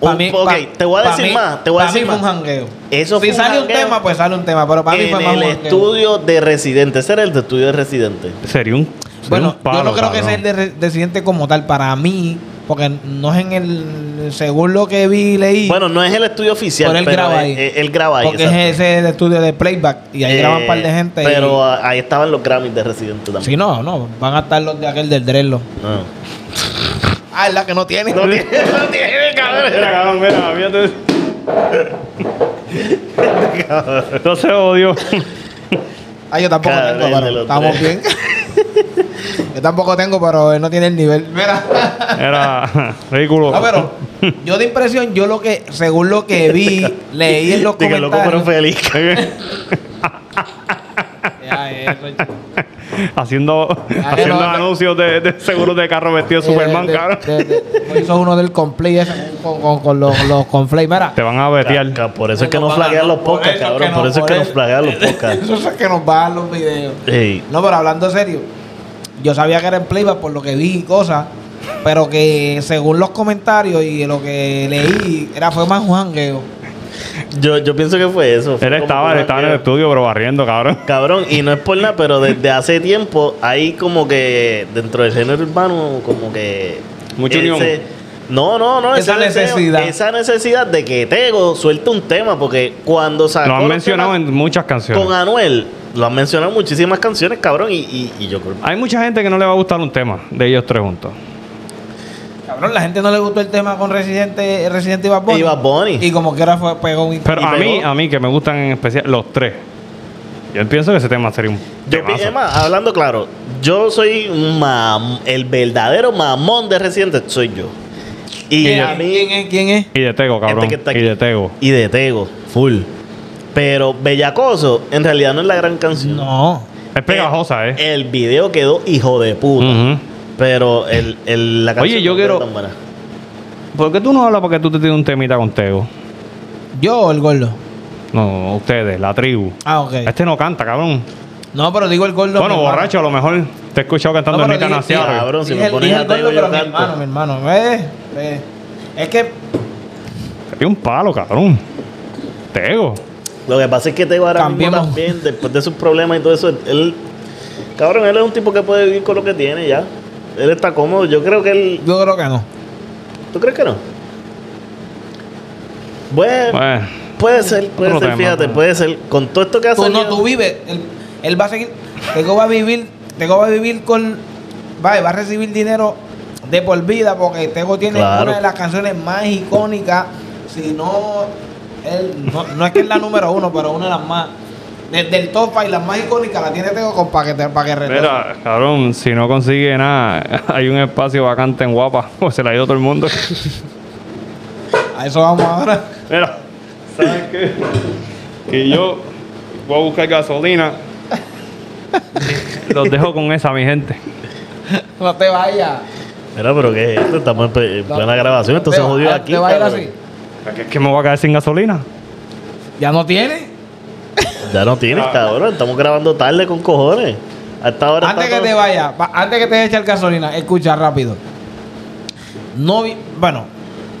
Speaker 2: Pa'
Speaker 4: un-
Speaker 2: mí-
Speaker 4: ok,
Speaker 2: pa-
Speaker 4: te voy a
Speaker 2: pa'
Speaker 4: decir
Speaker 2: mí-
Speaker 4: más. Te voy a
Speaker 2: pa' mí
Speaker 4: decir
Speaker 2: fue
Speaker 4: más.
Speaker 2: un jangueo.
Speaker 4: Eso
Speaker 2: si
Speaker 4: fue un
Speaker 2: sale un
Speaker 4: jangueo.
Speaker 2: tema, pues sale un tema. Pero para mí
Speaker 4: en
Speaker 2: fue más
Speaker 4: el
Speaker 2: un jangueo.
Speaker 4: estudio de Residente. Ese era el estudio de Residente.
Speaker 3: Sería un. sería
Speaker 2: Bueno,
Speaker 3: un palo,
Speaker 2: yo no creo que
Speaker 3: cabrón.
Speaker 2: sea el de re- residente como tal para mí, porque no es en el. Según lo que vi y leí,
Speaker 4: Bueno, no es el estudio oficial,
Speaker 2: Pero él
Speaker 4: pero
Speaker 2: graba
Speaker 4: es-
Speaker 2: ahí.
Speaker 4: es- él graba ahí.
Speaker 2: porque
Speaker 4: exacto.
Speaker 2: es ese el estudio de playback y ahí
Speaker 4: Eh,
Speaker 2: graban un par de gente.
Speaker 4: Pero ah, ahí estaban los Grammys de Residente
Speaker 2: y,
Speaker 4: también.
Speaker 2: si no, no, van a estar los de aquel del Drello.
Speaker 4: No.
Speaker 2: Ah, es la que no tiene.
Speaker 4: No tiene, no tiene,
Speaker 3: Mira,
Speaker 4: cabrón.
Speaker 3: cabrón, mira, fíjate. No se odio.
Speaker 2: Ah, yo tampoco
Speaker 4: Cabrón,
Speaker 2: tengo,
Speaker 4: de
Speaker 2: pero
Speaker 4: los
Speaker 2: estamos
Speaker 4: tres.
Speaker 2: bien. yo tampoco tengo, pero él no tiene el nivel. Mira.
Speaker 3: Era ridículo.
Speaker 2: No, Ah, pero yo de impresión, yo lo que, según lo que vi, leí en los
Speaker 4: Dije, loco, pero
Speaker 2: comentarios.
Speaker 4: feliz.
Speaker 2: Ya, eso,
Speaker 3: haciendo haciendo
Speaker 2: Ah, no, no.
Speaker 3: anuncios de, de seguros de carro vestido de Superman,
Speaker 2: Eh, de- de-
Speaker 3: cabrón.
Speaker 2: de- de- pues hizo uno del complay ese, con, con, con los, los conflay, mira.
Speaker 3: Te van a vetear.
Speaker 4: Ca- Por eso es que
Speaker 2: Nos
Speaker 4: no
Speaker 2: van a-
Speaker 4: flaguean los
Speaker 2: por
Speaker 4: podcasts,
Speaker 2: eso es
Speaker 4: cabrón.
Speaker 2: que
Speaker 4: Por
Speaker 2: no-
Speaker 4: eso es
Speaker 2: por
Speaker 4: que nos
Speaker 2: eso-
Speaker 4: flaguean los podcasts.
Speaker 2: Eso es que nos bajan los videos.
Speaker 4: Ey,
Speaker 2: No, pero hablando serio, yo sabía que era en playback por lo que vi y cosas, pero que según los comentarios y lo que leí, era fue más jangueo.
Speaker 4: Yo, yo pienso que fue eso. fue
Speaker 3: Él
Speaker 4: como
Speaker 3: estaba,
Speaker 4: que
Speaker 3: él
Speaker 4: un
Speaker 3: estaba en el
Speaker 4: jangueo.
Speaker 3: estudio, pero barriendo, cabrón.
Speaker 4: Cabrón, y no es por nada, pero desde hace tiempo hay como que dentro del género urbano, como que.
Speaker 3: Mucha
Speaker 4: ese-
Speaker 3: unión.
Speaker 4: No, no, no.
Speaker 2: Esa
Speaker 4: ese deseo-
Speaker 2: necesidad.
Speaker 4: esa necesidad de que Tego suelte un tema, porque cuando sacó.
Speaker 3: Lo han
Speaker 4: los
Speaker 3: mencionado
Speaker 4: temas
Speaker 3: en muchas canciones.
Speaker 4: Con Anuel, lo han mencionado en muchísimas canciones, cabrón, y, y, y yo creo.
Speaker 3: Hay mucha gente que no le va a gustar un tema de ellos tres juntos.
Speaker 2: Cabrón, la gente no le gustó el tema con Residente, Residente y Bad Bunny.
Speaker 4: Y Bad Bunny.
Speaker 2: Y como quiera fue, pegó un...
Speaker 3: Pero
Speaker 4: Y
Speaker 3: a
Speaker 4: pegó.
Speaker 3: mí, a mí que me gustan en especial los tres. Yo pienso que ese tema sería un
Speaker 4: Yo,
Speaker 3: temazo.
Speaker 4: además, hablando claro, yo soy un mam- el verdadero mamón de Residente, soy yo. Y
Speaker 2: ¿Quién,
Speaker 4: a mí,
Speaker 2: ¿Quién es? ¿Quién es?
Speaker 3: Y de Tego, cabrón.
Speaker 4: Gente que está
Speaker 3: Y
Speaker 4: aquí.
Speaker 3: de Tego.
Speaker 4: y de Tego, full. Pero Bellacoso, en realidad no es la gran canción.
Speaker 2: No.
Speaker 3: Es pegajosa, ¿eh?
Speaker 4: El video quedó hijo de puta.
Speaker 3: Ujú.
Speaker 4: Pero el, el- la canción
Speaker 3: yo
Speaker 4: no quedó
Speaker 3: quiero-
Speaker 4: tan buena.
Speaker 3: ¿Por qué tú no hablas porque tú te tienes un temita con Tego?
Speaker 2: ¿Yo o el gordo?
Speaker 3: No, ustedes, la tribu.
Speaker 2: Ah,
Speaker 4: Eh.
Speaker 2: ok.
Speaker 3: Este no canta, cabrón.
Speaker 2: No, pero digo el gordo.
Speaker 3: bueno,
Speaker 2: mi hermano.
Speaker 3: borracho, a lo mejor te he escuchado cantando
Speaker 2: No,
Speaker 3: en
Speaker 2: pero
Speaker 3: Rita
Speaker 2: dije-
Speaker 3: Naciar.
Speaker 4: dije, Cabrón, si
Speaker 2: Dije
Speaker 4: me
Speaker 2: el-
Speaker 4: pones
Speaker 2: dije el
Speaker 4: a Tego,
Speaker 2: gordo,
Speaker 4: yo
Speaker 2: pero mi
Speaker 4: canto.
Speaker 2: hermano, mi hermano. ¿Ves? ¿Ves? Es que...
Speaker 3: Es un palo, cabrón. Tego.
Speaker 4: Lo que pasa es que Tego ahora mismo
Speaker 2: Cambiemos.
Speaker 4: también, después de sus problemas y todo eso, él. Cabrón, él es un tipo que puede vivir con lo que tiene ya. Él está cómodo. Yo creo que él.
Speaker 2: Yo creo que no.
Speaker 4: ¿Tú crees que no? Bueno,
Speaker 3: Bueno,
Speaker 4: puede ser, puede
Speaker 3: otro
Speaker 4: ser,
Speaker 3: tema,
Speaker 4: fíjate,
Speaker 3: pero-
Speaker 4: puede ser. Con todo esto que hace.
Speaker 2: Tú Pues no, tú vives. Él, él va a seguir. Tego va a vivir. Tego va a vivir con. Va, va a recibir dinero de por vida porque Tego tiene
Speaker 4: Claro.
Speaker 2: una de las canciones más icónicas. Si no, él- no. no es que es la número uno, pero una de las más. Desde el top y las más icónicas la tiene Tego con paquete para que regrese.
Speaker 3: mira, cabrón, si no consigue nada, hay un espacio vacante en Guapa. O se la ha ido todo el mundo.
Speaker 2: A eso vamos ahora.
Speaker 3: Mira, ¿sabes qué? Que yo voy a buscar gasolina. Los dejo con esa, mi gente.
Speaker 2: No te vayas.
Speaker 4: Mira, pero que es esto? estamos en pe- en
Speaker 2: No,
Speaker 4: plena grabación,
Speaker 2: no te
Speaker 4: entonces
Speaker 2: va-
Speaker 4: jodido
Speaker 2: ah,
Speaker 4: aquí.
Speaker 2: Te va a ir
Speaker 4: cabrón.
Speaker 2: así.
Speaker 3: ¿Es que me voy a quedar sin gasolina?
Speaker 2: Ya no tiene.
Speaker 4: Ya no tienes,
Speaker 3: Ah.
Speaker 4: cabrón. Estamos grabando tarde con cojones. Hasta ahora.
Speaker 2: Antes
Speaker 4: está
Speaker 2: que
Speaker 4: todo-
Speaker 2: te vaya, pa- antes que te eche el gasolina, escucha rápido. No, vi- bueno,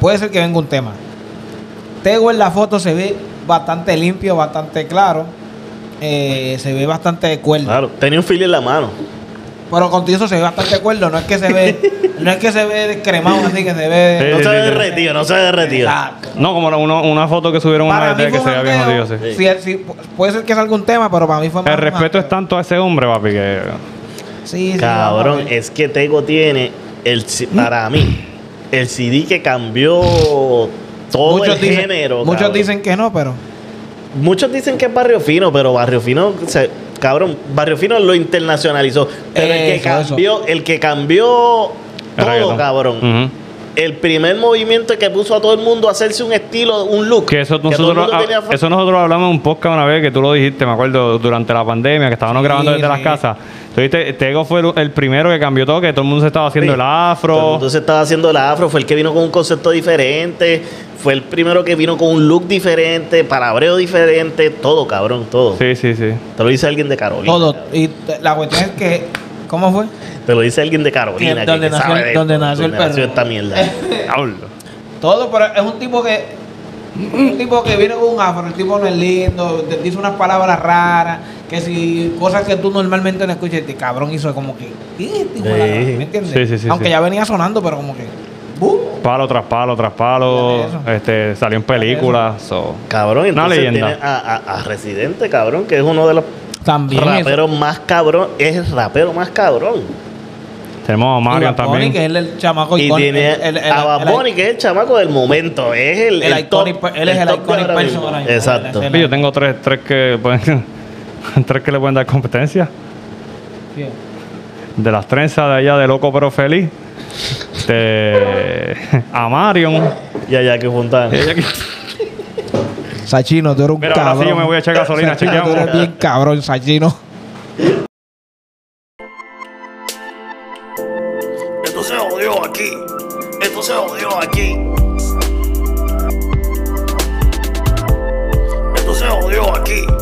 Speaker 2: puede ser que venga un tema. Tego en la foto se ve bastante limpio, bastante claro. Eh, se ve bastante cuerdo.
Speaker 4: Claro, tenía un fili en la mano.
Speaker 2: Pero contigo eso se ve bastante cuerdo. No es que se ve, no es que se ve cremado así, que se ve.
Speaker 4: No
Speaker 3: Sí,
Speaker 4: se
Speaker 3: sí,
Speaker 4: ha
Speaker 3: sí.
Speaker 4: derretido, no se ha derretido.
Speaker 2: Exacto.
Speaker 3: No, como la- uno- una foto que subieron una
Speaker 2: Para mí
Speaker 3: vez
Speaker 2: fue
Speaker 3: de que
Speaker 2: un
Speaker 3: se había bien
Speaker 2: jangueo.
Speaker 3: jodido, sí.
Speaker 2: Sí, sí, pu- puede ser que salga un tema, pero para mí fue más
Speaker 3: El
Speaker 2: un
Speaker 3: respeto
Speaker 2: jangueo.
Speaker 3: es tanto a ese hombre, papi, que...
Speaker 2: Sí, sí,
Speaker 4: Cabrón,
Speaker 2: vamos a ver.
Speaker 4: es que Tego tiene el ci-
Speaker 2: ¿Mm?
Speaker 4: para mí el CD que cambió todo el
Speaker 2: muchos, dicen,
Speaker 4: género.
Speaker 2: muchos
Speaker 4: cabrón.
Speaker 2: dicen que no, pero.
Speaker 4: muchos dicen que es Barrio Fino, pero Barrio Fino, o sea, cabrón, Barrio Fino lo internacionalizó, pero el que
Speaker 2: Eso, eso.
Speaker 4: cambió, el que cambió
Speaker 3: el
Speaker 4: todo,
Speaker 3: reggaetón.
Speaker 4: cabrón.
Speaker 3: Ujú.
Speaker 4: El primer movimiento que puso a todo el mundo a hacerse un estilo, un look.
Speaker 3: Que eso
Speaker 4: todo el
Speaker 3: nosotros,
Speaker 4: mundo
Speaker 3: ah,
Speaker 4: tenía fa-
Speaker 3: eso nosotros hablamos en un podcast una vez que tú lo dijiste, me acuerdo, durante la pandemia, que estábamos grabando desde
Speaker 2: sí.
Speaker 3: las casas. Tú dijiste, Tego fue el, el primero que cambió todo, que todo el mundo se estaba haciendo
Speaker 4: Sí.
Speaker 3: el afro.
Speaker 4: Todo el mundo se estaba haciendo la afro, fue el que vino con un concepto diferente, fue el primero que vino con un look diferente, palabreo diferente, todo cabrón, todo.
Speaker 3: Sí, sí, sí.
Speaker 4: Te lo dice alguien de Carolina.
Speaker 2: Todo.
Speaker 4: cabrón.
Speaker 2: Y t- la cuestión es que. ¿Cómo fue?
Speaker 4: Te lo dice alguien de Carolina.
Speaker 2: Que-
Speaker 4: que-
Speaker 2: donde
Speaker 4: que
Speaker 2: nació-
Speaker 4: sabe de
Speaker 2: donde
Speaker 4: esto,
Speaker 2: nació el
Speaker 4: donde nació
Speaker 2: perro.
Speaker 4: esta mierda.
Speaker 3: Diablo.
Speaker 2: Todo, pero es un tipo que. Un tipo que viene con un afro, el tipo no es lindo, te dice unas palabras raras, que si cosas que tú normalmente no escuchas, este cabrón hizo como que. "¿Quién es este hijo de la gran-?" ¿Me entiendes?
Speaker 3: Sí, sí, sí,
Speaker 2: Aunque
Speaker 3: sí.
Speaker 2: ya venía sonando, pero como que. "Bu".
Speaker 3: Palo tras palo tras palo.
Speaker 2: Fíjate eso.
Speaker 3: Este, salió en películas. so.
Speaker 4: Cabrón, entonces
Speaker 3: leyenda.
Speaker 4: tiene a, a- a Residente, cabrón, que es uno de los
Speaker 2: También.
Speaker 4: raperos más cabrón, es el rapero más cabrón.
Speaker 3: Tenemos
Speaker 2: hizo-
Speaker 3: a
Speaker 2: y
Speaker 3: Mario
Speaker 2: Bad Bunny,
Speaker 3: también.
Speaker 2: que es el chamaco
Speaker 4: Y
Speaker 2: icónico,
Speaker 4: tiene
Speaker 2: el- el- el-
Speaker 4: a Bad
Speaker 2: el-
Speaker 4: Bunny, que es el chamaco del momento, es el,
Speaker 2: El
Speaker 4: el top,
Speaker 2: iconic per- él es el
Speaker 4: top de
Speaker 2: iconic
Speaker 4: ahora mismo.
Speaker 2: person ahora mismo.
Speaker 4: Exacto.
Speaker 2: Ese-
Speaker 3: Sí, Yo tengo tres, tres que pueden- tres que le pueden dar competencia.
Speaker 2: Sí.
Speaker 3: De las trenzas de allá de Loco pero Feliz. Este, a Marion.
Speaker 4: Y allá que juntan.
Speaker 3: Ella que-
Speaker 2: Sachino, tú eres un
Speaker 3: Mira,
Speaker 2: cabrón.
Speaker 3: ahora sí yo me voy a echar gasolina,
Speaker 2: Sachino, tú
Speaker 3: chequeamos.
Speaker 2: eres bien cabrón, Sachino.
Speaker 1: Esto se jodió aquí. Esto se jodió aquí. Esto se jodió aquí.